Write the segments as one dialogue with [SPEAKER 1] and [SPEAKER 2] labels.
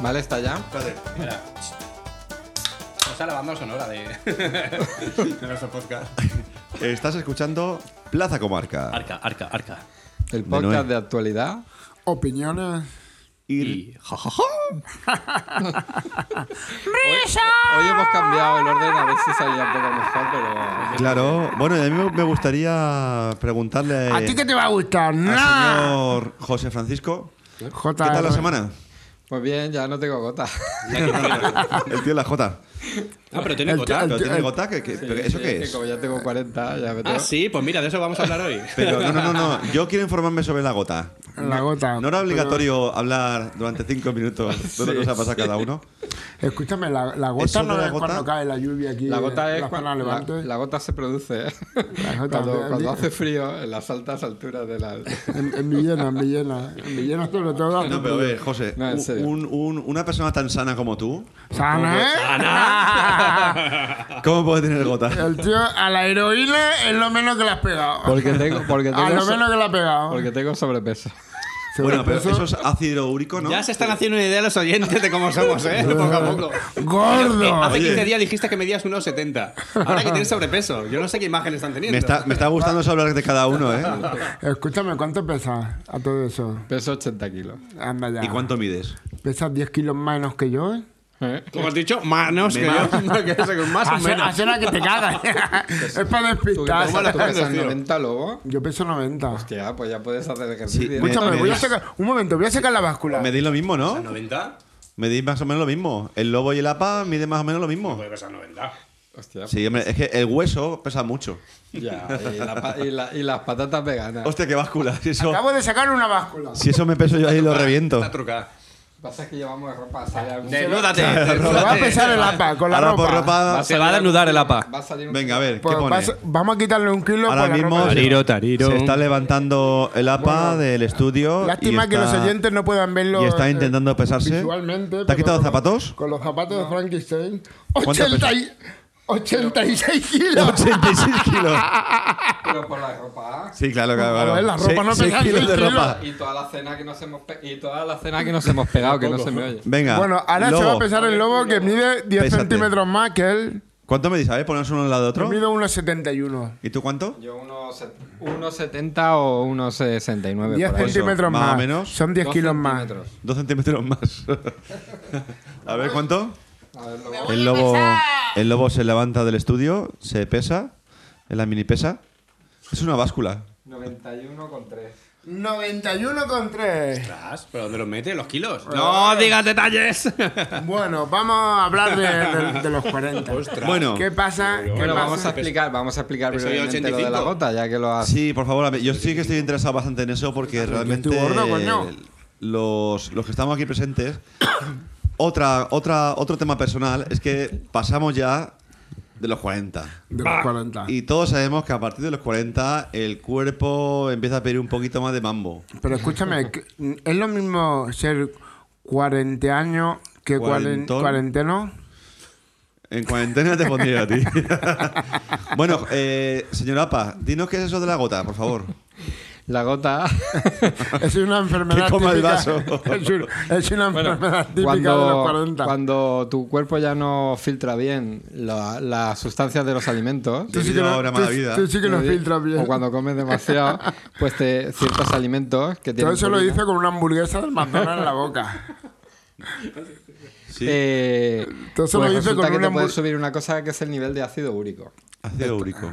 [SPEAKER 1] Vale, está ya.
[SPEAKER 2] Joder, mira. Vamos a la banda sonora de, de nuestro podcast.
[SPEAKER 3] Estás escuchando Plaza Comarca.
[SPEAKER 4] Arca, arca, arca.
[SPEAKER 1] El
[SPEAKER 3] Noé.
[SPEAKER 1] podcast de actualidad.
[SPEAKER 5] Opiniones.
[SPEAKER 3] Ir-
[SPEAKER 4] Y ja, ja, ja.
[SPEAKER 1] Hoy hemos cambiado el orden a ver si salía un poco mejor, pero.
[SPEAKER 3] Claro. Bueno, y a mí me gustaría preguntarle
[SPEAKER 5] ¿A ti qué te va a gustar? ¿Eh?
[SPEAKER 3] al
[SPEAKER 5] ¡Nada!
[SPEAKER 3] señor José Francisco. ¿Qué
[SPEAKER 5] J.
[SPEAKER 3] tal la semana?
[SPEAKER 1] Pues bien, ya no tengo gota.
[SPEAKER 3] El tío de la Jota.
[SPEAKER 4] Ah, pero tiene
[SPEAKER 5] El-
[SPEAKER 4] gota.
[SPEAKER 5] el-
[SPEAKER 3] ¿Pero tiene gota? ¿Qué- qué- pero
[SPEAKER 1] Sí,
[SPEAKER 3] ¿Eso qué
[SPEAKER 1] que
[SPEAKER 3] es?
[SPEAKER 1] Como ya tengo 40, ya me tengo.
[SPEAKER 4] Ah, sí, pues mira, de eso vamos a hablar hoy.
[SPEAKER 3] Pero no, no, no, no. Yo quiero informarme sobre la gota.
[SPEAKER 5] La gota.
[SPEAKER 3] ¿No era obligatorio hablar durante cinco minutos de lo que nos ha pasado a cada uno?
[SPEAKER 5] Escúchame, la, la gota
[SPEAKER 3] ¿Eso
[SPEAKER 5] no
[SPEAKER 3] de la
[SPEAKER 5] es
[SPEAKER 3] gota?
[SPEAKER 5] cuando cae la lluvia aquí.
[SPEAKER 1] La gota
[SPEAKER 5] en
[SPEAKER 1] es
[SPEAKER 5] la
[SPEAKER 1] cuando
[SPEAKER 5] zona
[SPEAKER 1] la,
[SPEAKER 5] Levante.
[SPEAKER 1] la gota se produce. ¿eh?
[SPEAKER 5] La gota,
[SPEAKER 1] cuando,
[SPEAKER 5] eh,
[SPEAKER 1] cuando
[SPEAKER 5] di-
[SPEAKER 1] hace frío en las altas alturas de la.
[SPEAKER 5] En, en Villena, en Villena. En Villena sobre todo.
[SPEAKER 3] No, pero a ver, José,
[SPEAKER 1] No, en serio.
[SPEAKER 3] un- un- una persona tan sana como tú,
[SPEAKER 5] ¿Sana, eh?
[SPEAKER 3] ¿cómo puede tener gota?
[SPEAKER 5] El tío a la heroína es lo menos que le has pegado.
[SPEAKER 1] Porque tengo, porque
[SPEAKER 5] a
[SPEAKER 1] tengo,
[SPEAKER 5] lo
[SPEAKER 1] so-
[SPEAKER 5] menos que le has pegado.
[SPEAKER 1] porque tengo sobrepeso.
[SPEAKER 3] Bueno, pero eso es ácido úrico, ¿no?
[SPEAKER 4] Ya se están haciendo una idea los oyentes de cómo somos, ¿eh? Poco a poco.
[SPEAKER 5] ¡Gordo!
[SPEAKER 4] Hace
[SPEAKER 3] Oye.
[SPEAKER 4] 15 días dijiste que medías 1,70. Ahora que tienes sobrepeso. Yo no sé qué imágenes están teniendo.
[SPEAKER 3] Me está, me está gustando eso hablar de cada uno, ¿eh?
[SPEAKER 5] Escúchame, ¿cuánto pesas a todo eso?
[SPEAKER 1] Peso 80 kilos.
[SPEAKER 5] Anda ya.
[SPEAKER 3] ¿Y cuánto mides?
[SPEAKER 5] ¿Pesas 10 kilos menos que yo? eh?
[SPEAKER 1] ¿Eh?
[SPEAKER 4] Como has dicho, manos que yo. que eso, que más o
[SPEAKER 5] Hacer,
[SPEAKER 4] menos.
[SPEAKER 5] hacer a que te cagas. es para
[SPEAKER 1] ¿Tú, qué pesas?
[SPEAKER 5] despistar.
[SPEAKER 1] ¿Tú
[SPEAKER 4] Claro,
[SPEAKER 1] pesas
[SPEAKER 4] tío.
[SPEAKER 1] 90 lobo?
[SPEAKER 5] Yo peso 90.
[SPEAKER 1] Hostia, pues ya puedes hacer ejercicio.
[SPEAKER 3] Sí,
[SPEAKER 1] Mucho-
[SPEAKER 5] Escúchame,
[SPEAKER 3] Me-
[SPEAKER 5] voy a
[SPEAKER 3] me-
[SPEAKER 5] sacar. Un momento, voy a sacar la báscula.
[SPEAKER 3] Medís lo mismo, ¿no?
[SPEAKER 4] 90?
[SPEAKER 3] Medís más o menos lo mismo. El lobo y el apa miden más o menos lo mismo.
[SPEAKER 4] Puede pesar 90.
[SPEAKER 1] Hostia,
[SPEAKER 3] Sí, hombre, es que el hueso pesa mucho.
[SPEAKER 1] ya. Y, la pa- y la- y las patatas veganas. Lo
[SPEAKER 3] Hostia, qué báscula. Si eso,
[SPEAKER 5] Acabo de sacar una báscula.
[SPEAKER 3] si eso me peso yo ahí lo reviento.
[SPEAKER 4] Está trucada.
[SPEAKER 1] que pasa es que llevamos ropa. sale algún-
[SPEAKER 4] Desnúdate.
[SPEAKER 5] Se va a pesar el APA con la
[SPEAKER 3] Ahora
[SPEAKER 5] ropa.
[SPEAKER 3] por ropa.
[SPEAKER 1] salir-
[SPEAKER 4] va a desnudar el apa.
[SPEAKER 1] Va a salir un-
[SPEAKER 3] Venga, a ver, ¿qué
[SPEAKER 5] Pues
[SPEAKER 3] pone?
[SPEAKER 5] vas- vamos a quitarle un kilo
[SPEAKER 3] Ahora
[SPEAKER 5] por la
[SPEAKER 3] mismo
[SPEAKER 5] ropa.
[SPEAKER 3] se-
[SPEAKER 4] Tariro, tariro.
[SPEAKER 3] se está levantando el APA del estudio. y
[SPEAKER 5] Lástima que
[SPEAKER 3] está-
[SPEAKER 5] los oyentes no puedan verlo.
[SPEAKER 3] Y está
[SPEAKER 5] eh,
[SPEAKER 3] intentando pesarse.
[SPEAKER 5] Visualmente.
[SPEAKER 3] ¿Te has
[SPEAKER 5] pero
[SPEAKER 3] quitado
[SPEAKER 5] con-
[SPEAKER 3] zapatos?
[SPEAKER 5] Con los zapatos de Frankenstein.
[SPEAKER 3] ¿Cuánto
[SPEAKER 5] 80 y- 86 kilos.
[SPEAKER 3] 86 kilos.
[SPEAKER 1] Pero por la ropa.
[SPEAKER 3] Sí, claro, claro.
[SPEAKER 5] A
[SPEAKER 3] claro.
[SPEAKER 5] ver, la ropa
[SPEAKER 3] Se-
[SPEAKER 5] no
[SPEAKER 3] seis
[SPEAKER 5] pesa
[SPEAKER 3] kilos de
[SPEAKER 5] seis kilos.
[SPEAKER 3] ropa.
[SPEAKER 1] Y toda la cena que nos hemos pe- y toda la cena que nos hemos pegado, que no se me oye.
[SPEAKER 3] Venga.
[SPEAKER 5] Bueno, ahora se
[SPEAKER 3] lobo.
[SPEAKER 5] va a pesar el lobo que mide 10
[SPEAKER 3] Pésate.
[SPEAKER 5] centímetros más que él.
[SPEAKER 3] ¿Cuánto me dices? A ver, ponos uno al lado de
[SPEAKER 5] Yo
[SPEAKER 3] otro.
[SPEAKER 5] mido 1,71.
[SPEAKER 3] ¿Y tú cuánto?
[SPEAKER 1] Yo unos set- unos 70 o unos 69.
[SPEAKER 5] 10
[SPEAKER 1] por ahí.
[SPEAKER 5] centímetros
[SPEAKER 3] más o
[SPEAKER 5] más.
[SPEAKER 3] menos.
[SPEAKER 5] Son 10
[SPEAKER 1] Dos
[SPEAKER 5] kilos más.
[SPEAKER 1] centímetros.
[SPEAKER 3] Dos centímetros más. a ver, ¿cuánto?
[SPEAKER 1] A ver, lo-
[SPEAKER 3] El lobo, el lobo se levanta del estudio, se pesa, en la mini pesa. Es una báscula.
[SPEAKER 1] 91,3.
[SPEAKER 5] 91,3.
[SPEAKER 4] Ostras, ¿Pero dónde los mete? ¿Los kilos? ¡No digas detalles!
[SPEAKER 5] Bueno, vamos a hablar de, de- de los 40.
[SPEAKER 3] Bueno,
[SPEAKER 5] ¿Qué pasa? ¿Qué
[SPEAKER 1] Bueno,
[SPEAKER 5] pasa?
[SPEAKER 1] vamos a explicar, vamos a explicar
[SPEAKER 4] Peso de
[SPEAKER 1] brevemente lo de la
[SPEAKER 4] 85.
[SPEAKER 1] gota, ya que lo has...
[SPEAKER 3] sí, por favor, a ver, yo sí que estoy interesado bastante en eso porque realmente
[SPEAKER 5] estoy gordo, coño.
[SPEAKER 3] los, los que estamos aquí presentes, otra, otra, otro tema personal es que pasamos ya de los 40.
[SPEAKER 5] De los 40.
[SPEAKER 3] Y todos sabemos que a partir de los 40 el cuerpo empieza a pedir un poquito más de mambo.
[SPEAKER 5] Pero escúchame, que- ¿es lo mismo ser 40 años que cuaren-
[SPEAKER 3] Cuarentón.
[SPEAKER 5] cuarenteno?
[SPEAKER 3] En cuarentena te pondría a ti. bueno, eh, señor Apa, dinos qué es eso de la gota, por favor.
[SPEAKER 1] La gota...
[SPEAKER 5] Es una enfermedad
[SPEAKER 3] Que coma el
[SPEAKER 5] típica.
[SPEAKER 3] vaso.
[SPEAKER 5] Es, un- es una enfermedad típica de los 40.
[SPEAKER 1] cuando tu cuerpo ya no filtra bien la- las sustancias de los alimentos,
[SPEAKER 5] tú sí que
[SPEAKER 3] Debido a
[SPEAKER 5] no-
[SPEAKER 3] una
[SPEAKER 5] tú-
[SPEAKER 3] mala vida.
[SPEAKER 5] Tú sí que lo
[SPEAKER 1] lo di-
[SPEAKER 5] filtras bien.
[SPEAKER 1] o cuando comes demasiado, pues te, ciertos alimentos que
[SPEAKER 5] Todo
[SPEAKER 1] tienen...
[SPEAKER 5] eso lo
[SPEAKER 1] proteína,
[SPEAKER 5] hice con una hamburguesa de manzana en la boca.
[SPEAKER 3] Sí,
[SPEAKER 1] eh,
[SPEAKER 5] Todo eso
[SPEAKER 1] pues
[SPEAKER 5] lo hice
[SPEAKER 1] resulta
[SPEAKER 5] con
[SPEAKER 1] que
[SPEAKER 5] una
[SPEAKER 1] te puede
[SPEAKER 5] hamburg-
[SPEAKER 1] subir una cosa que es el nivel de ácido úrico. eh,
[SPEAKER 3] ácido úrico.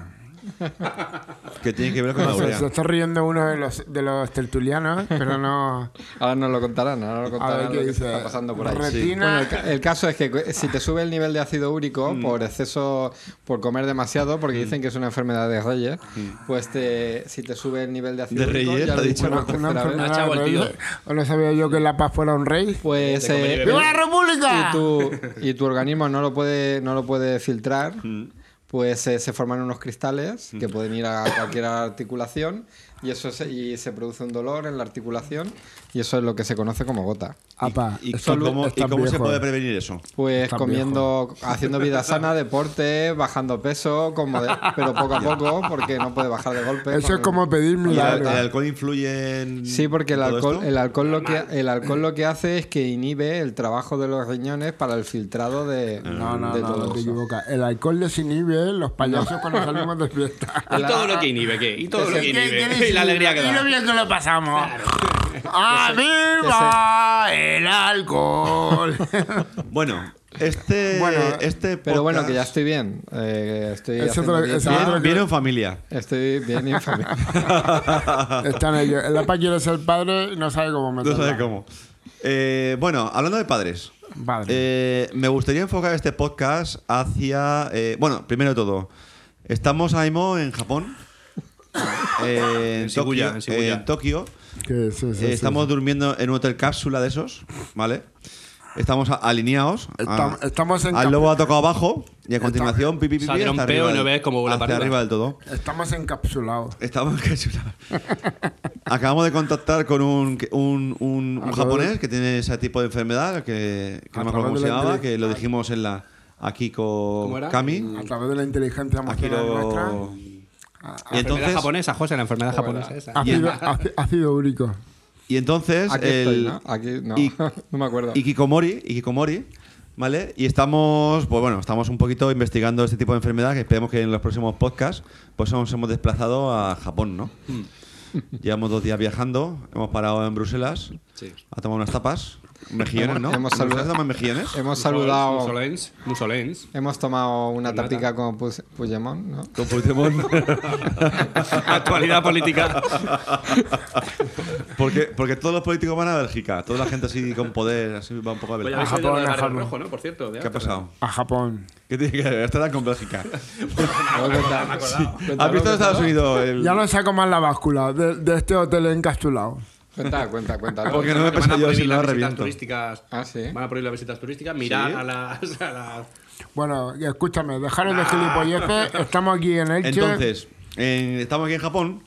[SPEAKER 3] que tiene que ver con la
[SPEAKER 5] Se,
[SPEAKER 3] urea.
[SPEAKER 5] se está riendo uno de los, de los tertulianos, pero no.
[SPEAKER 1] Ahora nos lo contarán, ahora nos lo
[SPEAKER 5] A ver
[SPEAKER 1] contarán
[SPEAKER 5] qué
[SPEAKER 1] lo que
[SPEAKER 5] dice.
[SPEAKER 1] está pasando por ahí.
[SPEAKER 5] Retina.
[SPEAKER 1] Bueno, el, ca- el caso es que cu- si te sube el nivel de ácido úrico
[SPEAKER 5] Mm.
[SPEAKER 1] por exceso, por comer demasiado, porque dicen que es una enfermedad de Reyes,
[SPEAKER 5] Mm.
[SPEAKER 1] pues te, si te sube el nivel de ácido
[SPEAKER 3] De
[SPEAKER 1] úrico, ya
[SPEAKER 3] Reyes, te ha
[SPEAKER 1] lo
[SPEAKER 3] dicho.
[SPEAKER 1] dijimos la
[SPEAKER 5] Una
[SPEAKER 1] tercera vez,
[SPEAKER 5] enfermedad,
[SPEAKER 4] chavo, el tío.
[SPEAKER 5] ¿no? no sabía yo que La Paz fuera un rey.
[SPEAKER 1] pues
[SPEAKER 4] Te
[SPEAKER 1] eh,
[SPEAKER 4] come y bebe.
[SPEAKER 5] ¡Viva la República! Mm.
[SPEAKER 1] y, tu, y tu organismo no lo puede, no lo puede filtrar. pues eh, se forman unos cristales que pueden ir a cualquier articulación y eso se, y se produce un dolor en la articulación y eso es lo que se conoce como gota.
[SPEAKER 5] Apa,
[SPEAKER 3] ¿Y,
[SPEAKER 5] estás vi-
[SPEAKER 3] cómo, y
[SPEAKER 5] estás
[SPEAKER 3] cómo se
[SPEAKER 5] viejo.
[SPEAKER 3] puede prevenir eso?
[SPEAKER 1] Pues
[SPEAKER 5] Estás
[SPEAKER 1] comiendo, haciendo vida sana, deporte, bajando peso, como de- pero poco a poco porque no puede bajar de golpe.
[SPEAKER 5] Eso es
[SPEAKER 1] porque-
[SPEAKER 5] como pedir
[SPEAKER 3] ¿Y el, el
[SPEAKER 5] milagros.
[SPEAKER 3] alcohol influye en.?
[SPEAKER 1] Sí, porque el
[SPEAKER 3] todo
[SPEAKER 1] alcohol,
[SPEAKER 3] esto?
[SPEAKER 1] el, alcohol lo que, el alcohol lo que hace es que inhibe el trabajo de los riñones para el filtrado de,
[SPEAKER 5] No, no,
[SPEAKER 1] de
[SPEAKER 5] no,
[SPEAKER 1] todo
[SPEAKER 5] no te
[SPEAKER 1] eso.
[SPEAKER 5] equivocas. El alcohol desinhibe eh, los payasos cuando salimos de fiesta.
[SPEAKER 4] Y todo lo que inhibe, ¿qué? Y todo lo que inhibe. Y la alegría que
[SPEAKER 5] Y
[SPEAKER 4] da.
[SPEAKER 5] lo bien que lo pasamos. ¡Arriba el alcohol!
[SPEAKER 3] Bueno, este.
[SPEAKER 5] Bueno,
[SPEAKER 3] este
[SPEAKER 1] Pero bueno, que ya
[SPEAKER 3] podcast-
[SPEAKER 1] estoy bien. Eh, estoy,
[SPEAKER 5] Eso
[SPEAKER 1] haciendo
[SPEAKER 5] te lo-
[SPEAKER 1] dieta.
[SPEAKER 5] eso te
[SPEAKER 3] Viene- Viene en familia.
[SPEAKER 1] estoy bien y en familia.
[SPEAKER 5] Están ellos. El APA quiere ser padre y no sabe cómo
[SPEAKER 3] No
[SPEAKER 5] meterla.
[SPEAKER 3] sabe cómo. Eh, bueno, hablando de padres.
[SPEAKER 5] Padre.
[SPEAKER 3] eh, me gustaría enfocar este podcast hacia. eh, bueno, primero de todo, estamos ahora mismo en Japón. eh, en,
[SPEAKER 4] En Shibuya,
[SPEAKER 3] Tokio,
[SPEAKER 4] en Shibuya.
[SPEAKER 3] eh, en Tokio.
[SPEAKER 5] Que sí, sí,
[SPEAKER 3] Eh,
[SPEAKER 5] sí,
[SPEAKER 3] estamos
[SPEAKER 5] sí.
[SPEAKER 3] durmiendo en un hotel cápsula de esos, ¿vale? Estamos a- alineados.
[SPEAKER 5] Estam-
[SPEAKER 3] Ah,
[SPEAKER 5] estamos en
[SPEAKER 3] Al
[SPEAKER 5] cap-
[SPEAKER 3] lobo ha tocado abajo y a continuación pipi pipi
[SPEAKER 4] Saldrá un
[SPEAKER 3] hasta
[SPEAKER 4] peo
[SPEAKER 3] arriba
[SPEAKER 4] y no
[SPEAKER 3] del-
[SPEAKER 4] ves cómo vuela
[SPEAKER 3] hacia
[SPEAKER 4] para arriba.
[SPEAKER 3] arriba del todo.
[SPEAKER 5] Estamos encapsulados.
[SPEAKER 3] Estamos encapsulados. Acabamos de contactar con un, un, un- un
[SPEAKER 5] A
[SPEAKER 3] japonés
[SPEAKER 5] través-
[SPEAKER 3] que tiene ese tipo de enfermedad, que, que no
[SPEAKER 5] A
[SPEAKER 3] me acuerdo
[SPEAKER 5] través
[SPEAKER 3] cómo
[SPEAKER 5] de
[SPEAKER 3] se
[SPEAKER 5] la
[SPEAKER 3] llamaba,
[SPEAKER 5] inteligencia-
[SPEAKER 3] que lo dijimos en la Akiko
[SPEAKER 4] ¿Cómo era?
[SPEAKER 3] Kami.
[SPEAKER 5] A través de Mm. la inteligencia emocional
[SPEAKER 3] Akiro.
[SPEAKER 5] nuestra.
[SPEAKER 3] Y
[SPEAKER 4] enfermedad
[SPEAKER 3] entonces,
[SPEAKER 4] japonesa, José, la enfermedad japonesa esa.
[SPEAKER 5] Ácido, ácido- ácido úrico.
[SPEAKER 3] y entonces
[SPEAKER 1] Aquí
[SPEAKER 3] el,
[SPEAKER 1] estoy, ¿no? Aquí no.
[SPEAKER 3] y-
[SPEAKER 1] no me acuerdo.
[SPEAKER 3] Ikikomori, Ikikomori, ¿vale? Y estamos, pues bueno, estamos un poquito investigando este tipo de enfermedad que esperemos que en los próximos podcasts pues nos hemos desplazado a Japón, ¿no? Llevamos dos días viajando, hemos parado en Bruselas
[SPEAKER 4] Sí.
[SPEAKER 3] a tomar unas tapas, mejillones, ¿no?
[SPEAKER 1] Hemos
[SPEAKER 3] ¿En Bruselas
[SPEAKER 1] saludado-
[SPEAKER 3] toman mejillones?
[SPEAKER 1] Hemos saludado.
[SPEAKER 4] Musolens. Musolens.
[SPEAKER 1] Hemos tomado una
[SPEAKER 4] Con nata.
[SPEAKER 1] tapica con Pu- Puigdemont, ¿no?
[SPEAKER 3] Con Puigdemont.
[SPEAKER 4] Actualidad política.
[SPEAKER 3] porque, porque todos los políticos van a Bélgica, toda la gente así con poder, así va un poco a
[SPEAKER 4] Oye,
[SPEAKER 3] Bélgica.
[SPEAKER 4] Pues habéis oído
[SPEAKER 5] A
[SPEAKER 4] lo
[SPEAKER 5] Japón,
[SPEAKER 4] del
[SPEAKER 5] a
[SPEAKER 4] Barrio
[SPEAKER 5] Japón.
[SPEAKER 4] rojo, ¿no? Por cierto. de
[SPEAKER 3] ¿Qué ha
[SPEAKER 4] Ámsterdam.
[SPEAKER 3] pasado?
[SPEAKER 5] A Japón.
[SPEAKER 3] ¿Qué tiene que ver? Estará con Bélgica.
[SPEAKER 1] Luego cuenta- cuéntalo,
[SPEAKER 3] ¿Has visto en Estados
[SPEAKER 1] cuéntalo.
[SPEAKER 3] Unidos? el-
[SPEAKER 5] Ya no saco más la báscula de, de este hotel encapsulado.
[SPEAKER 1] Cuenta, cuenta, cuéntalo.
[SPEAKER 3] Porque no me
[SPEAKER 4] Que van a
[SPEAKER 3] pesa yo
[SPEAKER 4] prohibir
[SPEAKER 3] si no
[SPEAKER 4] las
[SPEAKER 3] la
[SPEAKER 4] visitas
[SPEAKER 3] reviento.
[SPEAKER 4] turísticas.
[SPEAKER 1] Ah, sí.
[SPEAKER 5] ¿eh?
[SPEAKER 4] Van a prohibir las visitas turísticas. Mirar
[SPEAKER 3] Sí.
[SPEAKER 4] a las. a las-
[SPEAKER 5] Bueno, escúchame, dejaros de gilipolleces. Estamos aquí en Elche.
[SPEAKER 3] Entonces, en- estamos aquí en Japón.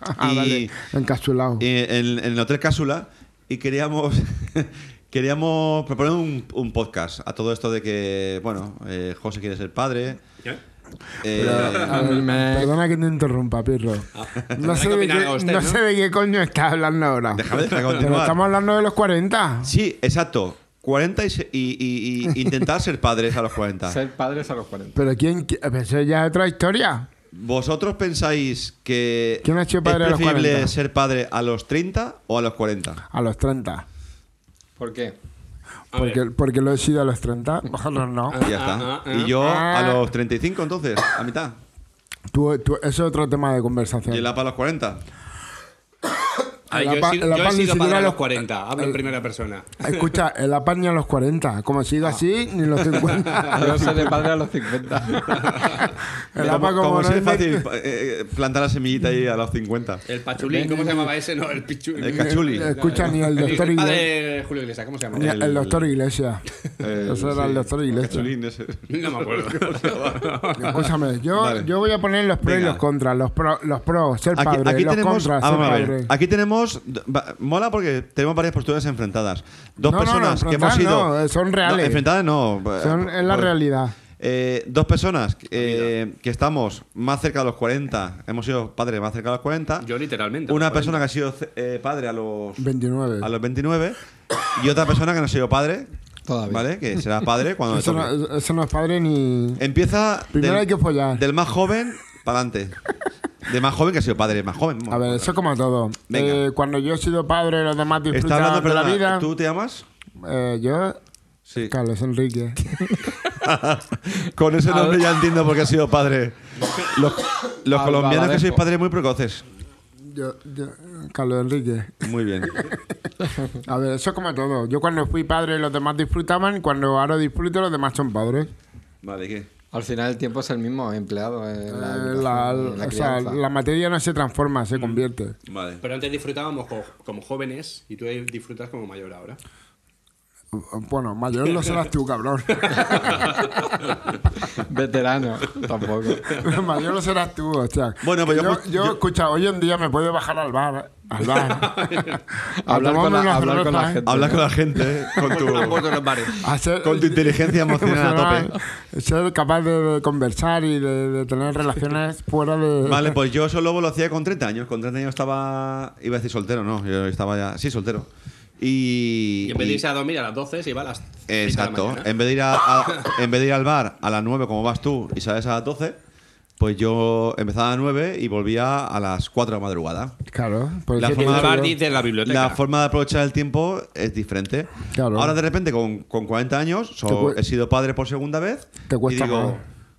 [SPEAKER 5] Ah,
[SPEAKER 3] y
[SPEAKER 5] vale, encapsulado.
[SPEAKER 3] y en, en el Hotel Cápsula. Y queríamos. queríamos proponer un, un podcast a todo esto de que, bueno, eh, José quiere ser padre.
[SPEAKER 4] ¿Qué?
[SPEAKER 3] eh,
[SPEAKER 5] A ver, Perdona que te interrumpa, Pirro. No
[SPEAKER 4] que
[SPEAKER 5] sé, de
[SPEAKER 4] opinar
[SPEAKER 5] qué,
[SPEAKER 4] algo usted,
[SPEAKER 5] no
[SPEAKER 4] ¿no?
[SPEAKER 5] sé de qué coño estás hablando ahora.
[SPEAKER 3] déjame déjame
[SPEAKER 5] Pero estamos
[SPEAKER 3] continuar.
[SPEAKER 5] hablando de los 40.
[SPEAKER 3] Sí, exacto. 40 y, se- y- y- y intentar ser padres a los 40.
[SPEAKER 1] Ser padres a los 40.
[SPEAKER 5] Pero quién. qui- pero Eso ya es otra historia.
[SPEAKER 3] ¿Vosotros pensáis que
[SPEAKER 5] ¿Quién ha sido padre a
[SPEAKER 3] es
[SPEAKER 5] los
[SPEAKER 3] preferible
[SPEAKER 5] 40?
[SPEAKER 3] ser padre a los 30 o a los 40?
[SPEAKER 5] A los 30.
[SPEAKER 1] ¿Por qué?
[SPEAKER 5] Porque, porque lo he sido a los 30. Vosotros no.
[SPEAKER 3] Y ya está.
[SPEAKER 4] Ah, ah,
[SPEAKER 3] Y yo a
[SPEAKER 5] ah.
[SPEAKER 3] los 35 entonces, a mitad.
[SPEAKER 5] Tú, tú- eso es otro tema de
[SPEAKER 3] Y
[SPEAKER 5] conversación.
[SPEAKER 3] el APA a los 40.
[SPEAKER 4] A ver,
[SPEAKER 5] La
[SPEAKER 4] yo he
[SPEAKER 5] pa-
[SPEAKER 4] sido-
[SPEAKER 5] la
[SPEAKER 4] yo he
[SPEAKER 5] pan ni
[SPEAKER 4] sido
[SPEAKER 5] siquiera
[SPEAKER 4] padre a
[SPEAKER 5] lo-
[SPEAKER 4] los 40. Hablo en primera persona.
[SPEAKER 5] Escucha, el apaño a los 40. Como siga así, ni los 50.
[SPEAKER 1] Yo seré padre a los 50.
[SPEAKER 5] El
[SPEAKER 3] como
[SPEAKER 5] APA como,
[SPEAKER 3] como
[SPEAKER 5] no
[SPEAKER 3] si es
[SPEAKER 5] invente-
[SPEAKER 3] fácil pa- eh, eh, plantar la semillita ahí a los 50.
[SPEAKER 4] El Pachulín, ¿cómo se llamaba ese? No, el Pichulín.
[SPEAKER 3] El cachuli.
[SPEAKER 5] Escucha, ni el doctor
[SPEAKER 4] El
[SPEAKER 5] Iglesias.
[SPEAKER 4] padre de Julio Iglesias, ¿cómo se
[SPEAKER 5] ni
[SPEAKER 4] llamaba?
[SPEAKER 5] El, doctor Iglesias.
[SPEAKER 3] El-
[SPEAKER 5] Eso era
[SPEAKER 3] Eh, sí,
[SPEAKER 5] el este. doctor Iglesias.
[SPEAKER 3] Cachulín ese.
[SPEAKER 4] No me acuerdo.
[SPEAKER 5] Escúchame, yo,
[SPEAKER 3] Vale.
[SPEAKER 5] yo voy a poner los pros y
[SPEAKER 3] Venga.
[SPEAKER 5] los contras. Los pros, los pros ser
[SPEAKER 3] Aquí,
[SPEAKER 5] padre.
[SPEAKER 3] aquí
[SPEAKER 5] los
[SPEAKER 3] tenemos,
[SPEAKER 5] contras,
[SPEAKER 3] ah,
[SPEAKER 5] ser
[SPEAKER 3] vamos a ver.
[SPEAKER 5] padre.
[SPEAKER 3] aquí tenemos, va- mola porque tenemos varias posturas enfrentadas. Dos
[SPEAKER 5] No, no, no,
[SPEAKER 3] personas que hemos
[SPEAKER 5] enfrentadas
[SPEAKER 3] sido,
[SPEAKER 5] no, eh, son reales.
[SPEAKER 3] No, enfrentadas no,
[SPEAKER 5] Son- es la
[SPEAKER 3] Joder.
[SPEAKER 5] realidad.
[SPEAKER 3] Eh, dos personas eh, que estamos más cerca de los 40, hemos sido padres más cerca de los 40.
[SPEAKER 4] Yo literalmente.
[SPEAKER 3] Una
[SPEAKER 4] los 40.
[SPEAKER 3] persona que ha sido eh, padre a los
[SPEAKER 5] 29.
[SPEAKER 3] a los 29 y otra persona que no ha sido padre
[SPEAKER 1] Todavía.
[SPEAKER 3] ¿Vale? Que será padre cuando le
[SPEAKER 5] Eso
[SPEAKER 3] toque.
[SPEAKER 5] no, eso no es padre ni.
[SPEAKER 3] Empieza
[SPEAKER 5] Primero
[SPEAKER 3] del,
[SPEAKER 5] hay que follar.
[SPEAKER 3] del más joven para adelante. Del más joven que ha sido padre, más joven.
[SPEAKER 5] A ver, eso como todo.
[SPEAKER 3] Venga.
[SPEAKER 5] Eh, cuando yo he sido padre, los demás
[SPEAKER 3] Está
[SPEAKER 5] disfrutan
[SPEAKER 3] hablando,
[SPEAKER 5] de la
[SPEAKER 3] perdona,
[SPEAKER 5] vida.
[SPEAKER 3] ¿Tú te llamas?
[SPEAKER 5] Eh, yo,
[SPEAKER 3] Sí.
[SPEAKER 5] Carlos Enrique.
[SPEAKER 3] Con ese nombre ya entiendo por qué ha sido padre. Los, los
[SPEAKER 1] Al
[SPEAKER 3] colombianos que
[SPEAKER 1] Baladejo.
[SPEAKER 3] sois padres muy precoces.
[SPEAKER 5] Yo, yo, Carlos Enrique.
[SPEAKER 3] Muy bien.
[SPEAKER 5] A ver, eso es como todo. Yo cuando fui padre, los demás disfrutaban. Cuando ahora disfruto, los demás son padres.
[SPEAKER 3] Vale, ¿qué?
[SPEAKER 1] Al final el tiempo es el mismo empleado en la,
[SPEAKER 5] Eh,
[SPEAKER 1] educación,
[SPEAKER 5] la,
[SPEAKER 1] en la
[SPEAKER 5] o sea,
[SPEAKER 1] crianza.
[SPEAKER 5] la materia no se transforma, se convierte.
[SPEAKER 3] Vale.
[SPEAKER 4] Pero antes disfrutábamos co- como jóvenes y tú disfrutas como mayor ahora.
[SPEAKER 5] Bueno, mayor lo serás tú, cabrón.
[SPEAKER 1] Veterano, tampoco.
[SPEAKER 5] mayor lo serás tú, hostia.
[SPEAKER 3] Bueno, pues yo
[SPEAKER 5] yo,
[SPEAKER 3] ju-
[SPEAKER 5] yo,
[SPEAKER 3] yo-
[SPEAKER 5] escucha, hoy en día me puedo bajar al bar. Al bar. a
[SPEAKER 1] Hablar con
[SPEAKER 5] tomarme
[SPEAKER 1] la-
[SPEAKER 5] unas
[SPEAKER 1] hablar con la
[SPEAKER 5] cervezas,
[SPEAKER 1] gente.
[SPEAKER 3] Habla con la gente, eh, con tu,
[SPEAKER 5] a ser-
[SPEAKER 3] con tu inteligencia emocional a tope.
[SPEAKER 5] Ser capaz de, de conversar y de, de tener relaciones fuera de.
[SPEAKER 3] Vale, pues yo solo lo hacía con 30 años. Con 30 años estaba. Iba a decir soltero, no. Yo estaba ya. Sí, soltero. Y.
[SPEAKER 2] Y en vez de
[SPEAKER 3] y-
[SPEAKER 2] irse a dormir a las 12, se iba a las. 5 de la
[SPEAKER 3] Exacto.
[SPEAKER 2] mañana.
[SPEAKER 3] En vez, de ir a- a- en vez de ir al bar a las 9, como vas tú, y sales a las 12, pues yo empezaba a las 9 y volvía a las 4 de la madrugada.
[SPEAKER 5] Claro. por
[SPEAKER 3] La
[SPEAKER 5] eso te
[SPEAKER 3] forma-
[SPEAKER 5] digo
[SPEAKER 4] El bar
[SPEAKER 5] yo.
[SPEAKER 4] dice en la biblioteca.
[SPEAKER 3] La forma de aprovechar el tiempo es diferente.
[SPEAKER 5] Claro.
[SPEAKER 3] Ahora de repente, con, con 40 años, so-
[SPEAKER 5] Te cue-
[SPEAKER 3] he sido padre por segunda vez.
[SPEAKER 5] Te cuesta
[SPEAKER 3] y digo,
[SPEAKER 5] más.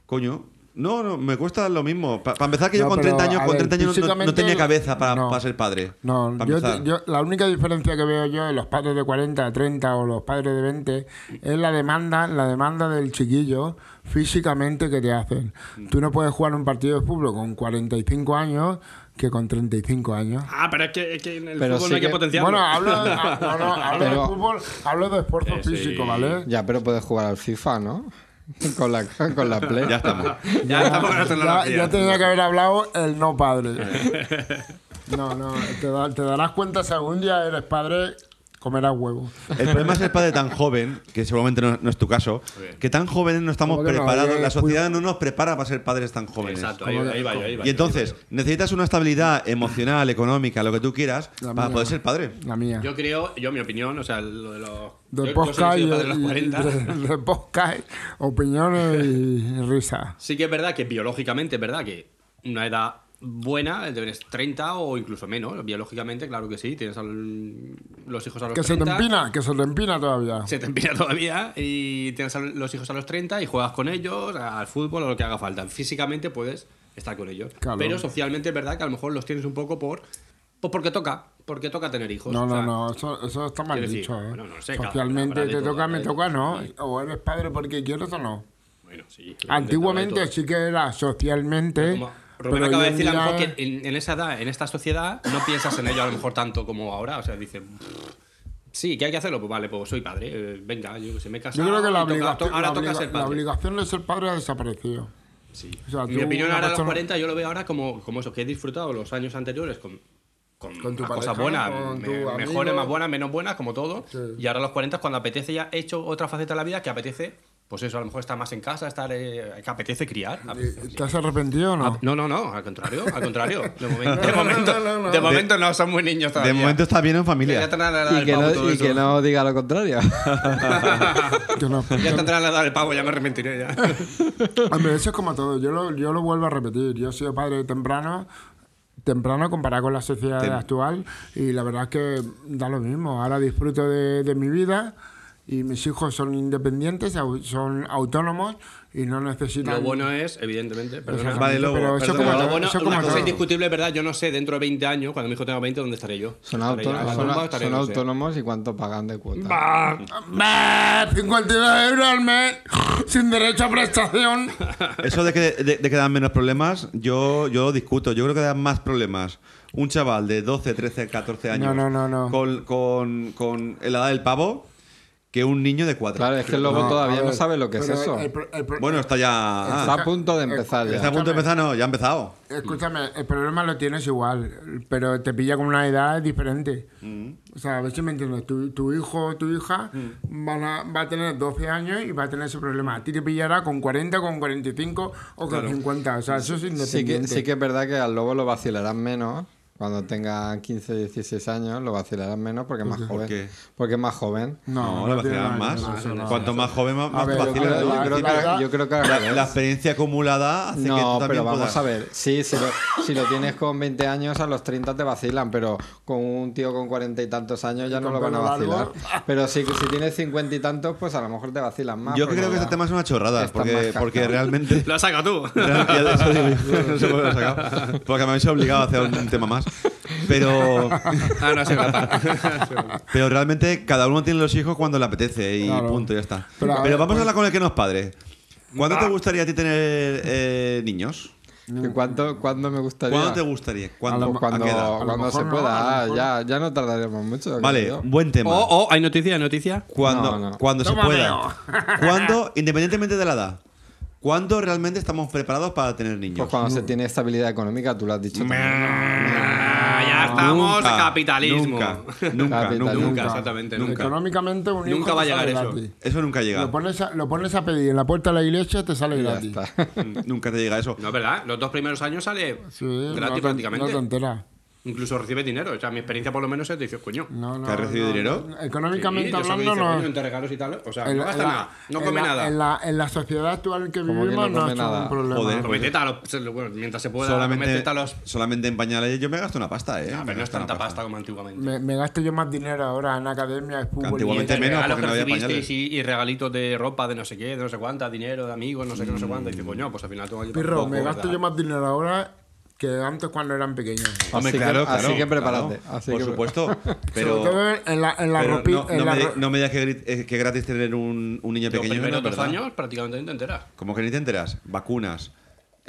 [SPEAKER 3] coño, no, no, me cuesta lo mismo. Para empezar, que yo
[SPEAKER 5] No,
[SPEAKER 3] con
[SPEAKER 5] pero,
[SPEAKER 3] 30 años,
[SPEAKER 5] a
[SPEAKER 3] con
[SPEAKER 5] ver,
[SPEAKER 3] 30 años no- no,
[SPEAKER 5] físicamente-
[SPEAKER 3] tenía cabeza para,
[SPEAKER 5] no.
[SPEAKER 3] para ser padre.
[SPEAKER 5] No,
[SPEAKER 3] Para
[SPEAKER 5] yo,
[SPEAKER 3] empezar.
[SPEAKER 5] yo- la única diferencia que veo yo de los padres de 40, 30 o los padres de 20 es la demanda, la demanda del chiquillo físicamente que te hacen.
[SPEAKER 4] Mm.
[SPEAKER 5] Tú no puedes jugar un partido de fútbol con 45 años que con 35 años.
[SPEAKER 4] Ah, pero es que, es que en el
[SPEAKER 1] Pero
[SPEAKER 4] fútbol
[SPEAKER 1] sí
[SPEAKER 4] no hay que,
[SPEAKER 1] que-
[SPEAKER 4] potenciarlo.
[SPEAKER 5] Bueno, hablo, ah, no, no, hablo
[SPEAKER 1] Pero-
[SPEAKER 5] de fútbol, hablo de esfuerzo
[SPEAKER 4] Eh, sí.
[SPEAKER 5] físico, ¿vale?
[SPEAKER 1] Ya, pero puedes jugar al FIFA, ¿no? Con la, con la Play.
[SPEAKER 3] Ya estamos.
[SPEAKER 4] ya estamos en la
[SPEAKER 5] Ya,
[SPEAKER 4] tecnología.
[SPEAKER 5] ya tenía que haber hablado el no padre. No, no, te, da- te darás cuenta si algún día eres padre, comerás huevo.
[SPEAKER 3] El problema es el padre tan joven, que seguramente no, no es tu caso, que tan jóvenes no estamos
[SPEAKER 5] Hombre, no,
[SPEAKER 3] preparados,
[SPEAKER 5] yo-
[SPEAKER 3] la sociedad no nos prepara para ser padres tan jóvenes.
[SPEAKER 4] Exacto, ahí, ahí va yo, ahí va
[SPEAKER 3] Y
[SPEAKER 4] yo,
[SPEAKER 3] entonces, necesitas una estabilidad emocional, económica, lo que tú quieras,
[SPEAKER 5] La
[SPEAKER 3] para
[SPEAKER 5] mía.
[SPEAKER 3] poder ser padre.
[SPEAKER 5] La mía.
[SPEAKER 4] Yo creo, yo mi opinión, o sea, lo de los.
[SPEAKER 5] De
[SPEAKER 4] yo- yo solo he
[SPEAKER 5] podcast, y,
[SPEAKER 4] sido padre a los 40.
[SPEAKER 5] y- de podcast, opiniones y risas.
[SPEAKER 4] Sí que es verdad que biológicamente es verdad que una edad buena, tienes 30 o incluso menos. Biológicamente, claro que sí, tienes al- los hijos a los
[SPEAKER 5] Que se te
[SPEAKER 4] 30.
[SPEAKER 5] empina, que se te empina todavía.
[SPEAKER 4] Se te empina todavía y tienes a los hijos a los 30 y juegas con ellos, al fútbol o lo que haga falta. Físicamente puedes estar con ellos.
[SPEAKER 5] Claro.
[SPEAKER 4] Pero socialmente es verdad que a lo mejor los tienes un poco por. Pues porque toca, porque toca tener hijos.
[SPEAKER 5] No,
[SPEAKER 4] o
[SPEAKER 5] no,
[SPEAKER 4] sea,
[SPEAKER 5] no, eso, eso está mal
[SPEAKER 4] quiero decir,
[SPEAKER 5] dicho. ¿eh?
[SPEAKER 4] bueno, no sé, cada- habrá
[SPEAKER 5] Socialmente
[SPEAKER 4] de
[SPEAKER 5] te
[SPEAKER 4] todo,
[SPEAKER 5] toca,
[SPEAKER 4] habrá
[SPEAKER 5] me
[SPEAKER 4] de
[SPEAKER 5] toca, ¿no? O eres padre porque quieres o no.
[SPEAKER 4] Bueno, sí.
[SPEAKER 5] Antiguamente
[SPEAKER 4] todo.
[SPEAKER 5] sí que era socialmente.
[SPEAKER 4] Como
[SPEAKER 5] pero
[SPEAKER 4] Rubén acaba
[SPEAKER 5] hoy
[SPEAKER 4] de
[SPEAKER 5] en
[SPEAKER 4] decir, a lo
[SPEAKER 5] día-
[SPEAKER 4] mejor que en, en esa edad, en esta sociedad, no piensas en ello a lo mejor tanto como ahora. O sea, dices, sí, que hay que hacerlo, pues vale, pues soy padre. eh, venga, yo que sé, me he
[SPEAKER 5] Yo
[SPEAKER 4] casado.
[SPEAKER 5] creo que la
[SPEAKER 4] y toca-
[SPEAKER 5] obligación,
[SPEAKER 4] to- ahora
[SPEAKER 5] la
[SPEAKER 4] toca
[SPEAKER 5] obliga-
[SPEAKER 4] ser
[SPEAKER 5] la
[SPEAKER 4] padre.
[SPEAKER 5] obligación de ser padre ha desaparecido.
[SPEAKER 4] Sí.
[SPEAKER 5] O sea,
[SPEAKER 4] Mi
[SPEAKER 5] tú,
[SPEAKER 4] opinión
[SPEAKER 5] una
[SPEAKER 4] ahora a los
[SPEAKER 5] persona-
[SPEAKER 4] 40, yo lo veo ahora como, como eso, que he disfrutado los años anteriores con, con,
[SPEAKER 5] Con tu
[SPEAKER 4] las
[SPEAKER 5] pareja,
[SPEAKER 4] cosas buenas,
[SPEAKER 5] con
[SPEAKER 4] me-
[SPEAKER 5] tu amigo.
[SPEAKER 4] mejores, más buenas, menos buenas, como todo.
[SPEAKER 5] Sí.
[SPEAKER 4] Y ahora a los 40 es cuando apetece ya he hecho otra faceta de la vida que apetece, pues eso, a lo mejor estar más en casa, estar eh, que apetece criar. apetece-
[SPEAKER 5] ¿Te has arrepentido o no?
[SPEAKER 4] No, no, no, al contrario, al contrario. De momento, de
[SPEAKER 5] no,
[SPEAKER 4] momento,
[SPEAKER 5] no, no, no.
[SPEAKER 4] de momento no, son muy niños
[SPEAKER 3] De
[SPEAKER 4] todavía.
[SPEAKER 3] momento está bien en familia.
[SPEAKER 4] ya tendrán la edad
[SPEAKER 1] Y
[SPEAKER 4] del
[SPEAKER 1] que,
[SPEAKER 4] pavo. todo
[SPEAKER 1] no, y
[SPEAKER 4] eso.
[SPEAKER 1] que no diga lo contrario.
[SPEAKER 5] Yo no.
[SPEAKER 4] Ya tendrán la edad del pavo, ya me arrepentiré ya.
[SPEAKER 5] Hombre, eso es como todo. Yo lo, yo lo vuelvo a repetir. Yo he sido padre temprano, temprano comparado con la sociedad actual y la verdad es que da lo mismo. Ahora disfruto de, de mi vida y mis hijos son independientes, au- son autónomos y no necesitan...
[SPEAKER 4] Lo bueno es, evidentemente, perdona.
[SPEAKER 5] Exactamente,
[SPEAKER 3] Vale, Lobo,
[SPEAKER 5] Pero eso
[SPEAKER 3] perdona,
[SPEAKER 5] Pues como
[SPEAKER 3] Lobo.
[SPEAKER 5] todo,
[SPEAKER 4] Lo bueno,
[SPEAKER 5] eso como
[SPEAKER 4] una cosa
[SPEAKER 5] todo.
[SPEAKER 4] indiscutible, es ¿verdad? Yo no sé, dentro de 20 años, cuando mi hijo tenga 20, ¿dónde estaré yo?
[SPEAKER 1] Son,
[SPEAKER 4] Estaré
[SPEAKER 1] autónomos-
[SPEAKER 4] ya en la
[SPEAKER 1] son-
[SPEAKER 4] tumba, estaré,
[SPEAKER 1] son
[SPEAKER 4] no sé.
[SPEAKER 1] autónomos y cuánto pagan de cuota.
[SPEAKER 5] Ah, bah, 52 euros al mes sin derecho a prestación.
[SPEAKER 3] Eso de que, de, de que dan menos problemas, yo, yo lo discuto. Yo creo que dan más problemas. Un chaval de 12, 13, 14 años
[SPEAKER 5] no, no, no.
[SPEAKER 3] Con, con, con la edad del pavo que un niño de 4.
[SPEAKER 1] Claro, es que el lobo
[SPEAKER 5] No,
[SPEAKER 1] todavía
[SPEAKER 5] a
[SPEAKER 1] no
[SPEAKER 5] ver,
[SPEAKER 1] sabe lo que es
[SPEAKER 5] pero
[SPEAKER 1] eso.
[SPEAKER 5] el pro- el pro-
[SPEAKER 3] Bueno, está ya. ah,
[SPEAKER 1] Está a punto de empezar
[SPEAKER 3] está
[SPEAKER 1] ya.
[SPEAKER 3] a punto de empezar, no, ya ha empezado.
[SPEAKER 5] Escúchame, el problema lo tienes igual, pero te pilla con una edad diferente.
[SPEAKER 4] Mm.
[SPEAKER 5] O sea, a ver si me entiendes. Tu, tu hijo o tu hija
[SPEAKER 4] Mm.
[SPEAKER 5] van a- va a tener 12 años y va a tener ese problema. A ti te pillará con 40, con 45 o con 50. O sea, eso es
[SPEAKER 1] Sí que,
[SPEAKER 5] independiente.
[SPEAKER 1] sí que es verdad que al lobo lo vacilarán menos. Cuando tenga 15, 16 años lo vacilarán menos porque es más joven.
[SPEAKER 3] qué?
[SPEAKER 1] Porque es más joven.
[SPEAKER 3] No, la
[SPEAKER 5] tiene
[SPEAKER 3] vacilarán
[SPEAKER 5] nada que
[SPEAKER 3] más.
[SPEAKER 5] ver.
[SPEAKER 3] Cuanto más joven, más, más
[SPEAKER 5] ver,
[SPEAKER 3] te
[SPEAKER 5] yo
[SPEAKER 3] vacilan,
[SPEAKER 5] creo-
[SPEAKER 3] ¿no?
[SPEAKER 5] yo
[SPEAKER 3] Al
[SPEAKER 5] creo que-
[SPEAKER 3] principio,
[SPEAKER 1] yo creo que al
[SPEAKER 3] la,
[SPEAKER 1] revés.
[SPEAKER 3] la experiencia acumulada hace que tú
[SPEAKER 1] No,
[SPEAKER 3] también
[SPEAKER 1] pero vamos
[SPEAKER 3] puedas.
[SPEAKER 1] a ver. Sí, si lo, si lo tienes con 20 años, a los 30 te vacilan, pero con un tío con 40 y tantos años ya no
[SPEAKER 5] con
[SPEAKER 1] lo van a
[SPEAKER 5] pelo largo.
[SPEAKER 1] vacilar. Pero si, si tienes 50 y tantos, pues a lo mejor te vacilan más.
[SPEAKER 3] Yo
[SPEAKER 1] porque
[SPEAKER 3] creo que
[SPEAKER 1] ya-
[SPEAKER 3] este tema es una chorrada,
[SPEAKER 1] Está más
[SPEAKER 3] porque,
[SPEAKER 1] cascado.
[SPEAKER 3] porque realmente.
[SPEAKER 4] Lo has sacado tú.
[SPEAKER 3] Real- ya de eso digo yo, no sé por qué lo he sacado. Porque me habéis obligado a hacer un tema más. Pero,
[SPEAKER 4] Ah, no, sí, verdad.
[SPEAKER 3] pero realmente cada uno tiene los hijos cuando le apetece y
[SPEAKER 5] Claro.
[SPEAKER 3] punto, ya está.
[SPEAKER 5] Pero
[SPEAKER 3] Pero,
[SPEAKER 5] a ver,
[SPEAKER 3] vamos a
[SPEAKER 5] pues-
[SPEAKER 3] hablar con el que no es padre. ¿Cuándo te gustaría a ti tener eh, niños?
[SPEAKER 1] ¿Que ¿Cuánto, cuándo me gustaría?
[SPEAKER 3] ¿Cuándo te gustaría? ¿Cuándo?
[SPEAKER 1] Pues cuando,
[SPEAKER 3] ¿A qué edad?
[SPEAKER 5] lo
[SPEAKER 1] cuando se
[SPEAKER 5] mejor no,
[SPEAKER 1] pueda.
[SPEAKER 5] a lo
[SPEAKER 1] Ah,
[SPEAKER 5] mejor
[SPEAKER 1] ya, ya no tardaremos mucho. creo
[SPEAKER 3] Vale,
[SPEAKER 1] yo.
[SPEAKER 3] buen tema.
[SPEAKER 4] Oh, oh, hay noticia, hay noticia.
[SPEAKER 3] Cuando,
[SPEAKER 1] No, no.
[SPEAKER 3] cuando se
[SPEAKER 5] Tómame.
[SPEAKER 3] pueda. Cuando, independientemente de la edad. ¿Cuándo realmente estamos preparados para tener niños?
[SPEAKER 1] Pues cuando se tiene estabilidad económica, tú lo has dicho. también.
[SPEAKER 4] Ah, ya estamos
[SPEAKER 3] Nunca,
[SPEAKER 4] capitalismo.
[SPEAKER 3] Nunca, nunca,
[SPEAKER 1] Capitalismo.
[SPEAKER 3] nunca,
[SPEAKER 4] Nunca, exactamente. Nunca.
[SPEAKER 5] Económicamente un hijo
[SPEAKER 4] Nunca va a
[SPEAKER 5] te
[SPEAKER 4] llegar
[SPEAKER 5] sale
[SPEAKER 4] eso. Ah.
[SPEAKER 5] gratis.
[SPEAKER 3] Eso nunca llega.
[SPEAKER 5] Lo pones, a, lo pones a pedir en la puerta de la iglesia, te sale
[SPEAKER 1] Ya
[SPEAKER 5] gratis.
[SPEAKER 1] está.
[SPEAKER 3] Mm, Nunca te llega eso.
[SPEAKER 4] No es verdad, los dos primeros años sale
[SPEAKER 5] Sí, no
[SPEAKER 4] gratis
[SPEAKER 5] te-
[SPEAKER 4] prácticamente.
[SPEAKER 5] No te enteras.
[SPEAKER 4] Incluso recibe dinero. O sea, mi experiencia por lo menos es de dices, coño.
[SPEAKER 5] No, no,
[SPEAKER 3] ¿Que has recibido
[SPEAKER 5] no.
[SPEAKER 3] dinero?
[SPEAKER 5] Económicamente
[SPEAKER 4] Sí, yo sé que
[SPEAKER 5] hablando,
[SPEAKER 4] dice,
[SPEAKER 5] no.
[SPEAKER 4] coño, entre regalos y tal. O sea,
[SPEAKER 5] En
[SPEAKER 4] no
[SPEAKER 5] la-
[SPEAKER 4] gasta
[SPEAKER 5] en la-
[SPEAKER 4] nada, no
[SPEAKER 5] en
[SPEAKER 4] come
[SPEAKER 5] la-
[SPEAKER 4] nada.
[SPEAKER 5] En la, en la sociedad actual que
[SPEAKER 1] Como que
[SPEAKER 5] vivimos
[SPEAKER 1] no
[SPEAKER 5] no,
[SPEAKER 1] come
[SPEAKER 5] es
[SPEAKER 1] nada.
[SPEAKER 5] un problema.
[SPEAKER 3] Joder.
[SPEAKER 4] Come teta, lo- bueno, mientras se pueda, come
[SPEAKER 3] solamente,
[SPEAKER 4] teta los.
[SPEAKER 3] solamente en pañales yo me gasto una pasta, ¿eh?
[SPEAKER 4] Ah, pero
[SPEAKER 3] Me
[SPEAKER 4] no es
[SPEAKER 3] gasto una
[SPEAKER 4] tanta pasta como antiguamente.
[SPEAKER 5] Me, me gasto yo más dinero ahora en academia, es fútbol.
[SPEAKER 3] Antiguamente
[SPEAKER 5] y-
[SPEAKER 3] menos,
[SPEAKER 4] regalos
[SPEAKER 3] porque no había
[SPEAKER 4] que recibisteis
[SPEAKER 3] pañales.
[SPEAKER 4] y, y regalitos de ropa, de no sé qué, de no sé cuánta, dinero de amigos, no sé qué, no sé cuánta. Y dices, coño, pues al final tengo que llevar
[SPEAKER 5] Pirro,
[SPEAKER 4] poco,
[SPEAKER 5] me gasto
[SPEAKER 4] ¿verdad?
[SPEAKER 5] yo más dinero ahora que antes cuando eran pequeños.
[SPEAKER 3] Hombre,
[SPEAKER 1] Así que-
[SPEAKER 3] claro,
[SPEAKER 1] así
[SPEAKER 3] claro,
[SPEAKER 1] que prepárate,
[SPEAKER 3] claro.
[SPEAKER 1] así
[SPEAKER 3] por
[SPEAKER 1] que-
[SPEAKER 3] supuesto. Pero,
[SPEAKER 5] Sobre todo en la, en la
[SPEAKER 3] pero
[SPEAKER 5] ropi-
[SPEAKER 3] no,
[SPEAKER 5] en
[SPEAKER 3] no
[SPEAKER 5] la
[SPEAKER 3] me, di-
[SPEAKER 5] ro-
[SPEAKER 3] no me digas que, grit- eh, que gratis tener un, un niño
[SPEAKER 4] Los
[SPEAKER 3] pequeño.
[SPEAKER 4] primeros
[SPEAKER 3] no,
[SPEAKER 4] dos
[SPEAKER 3] ¿verdad?
[SPEAKER 4] años prácticamente te enteras.
[SPEAKER 3] Como que ni te enteras. Vacunas.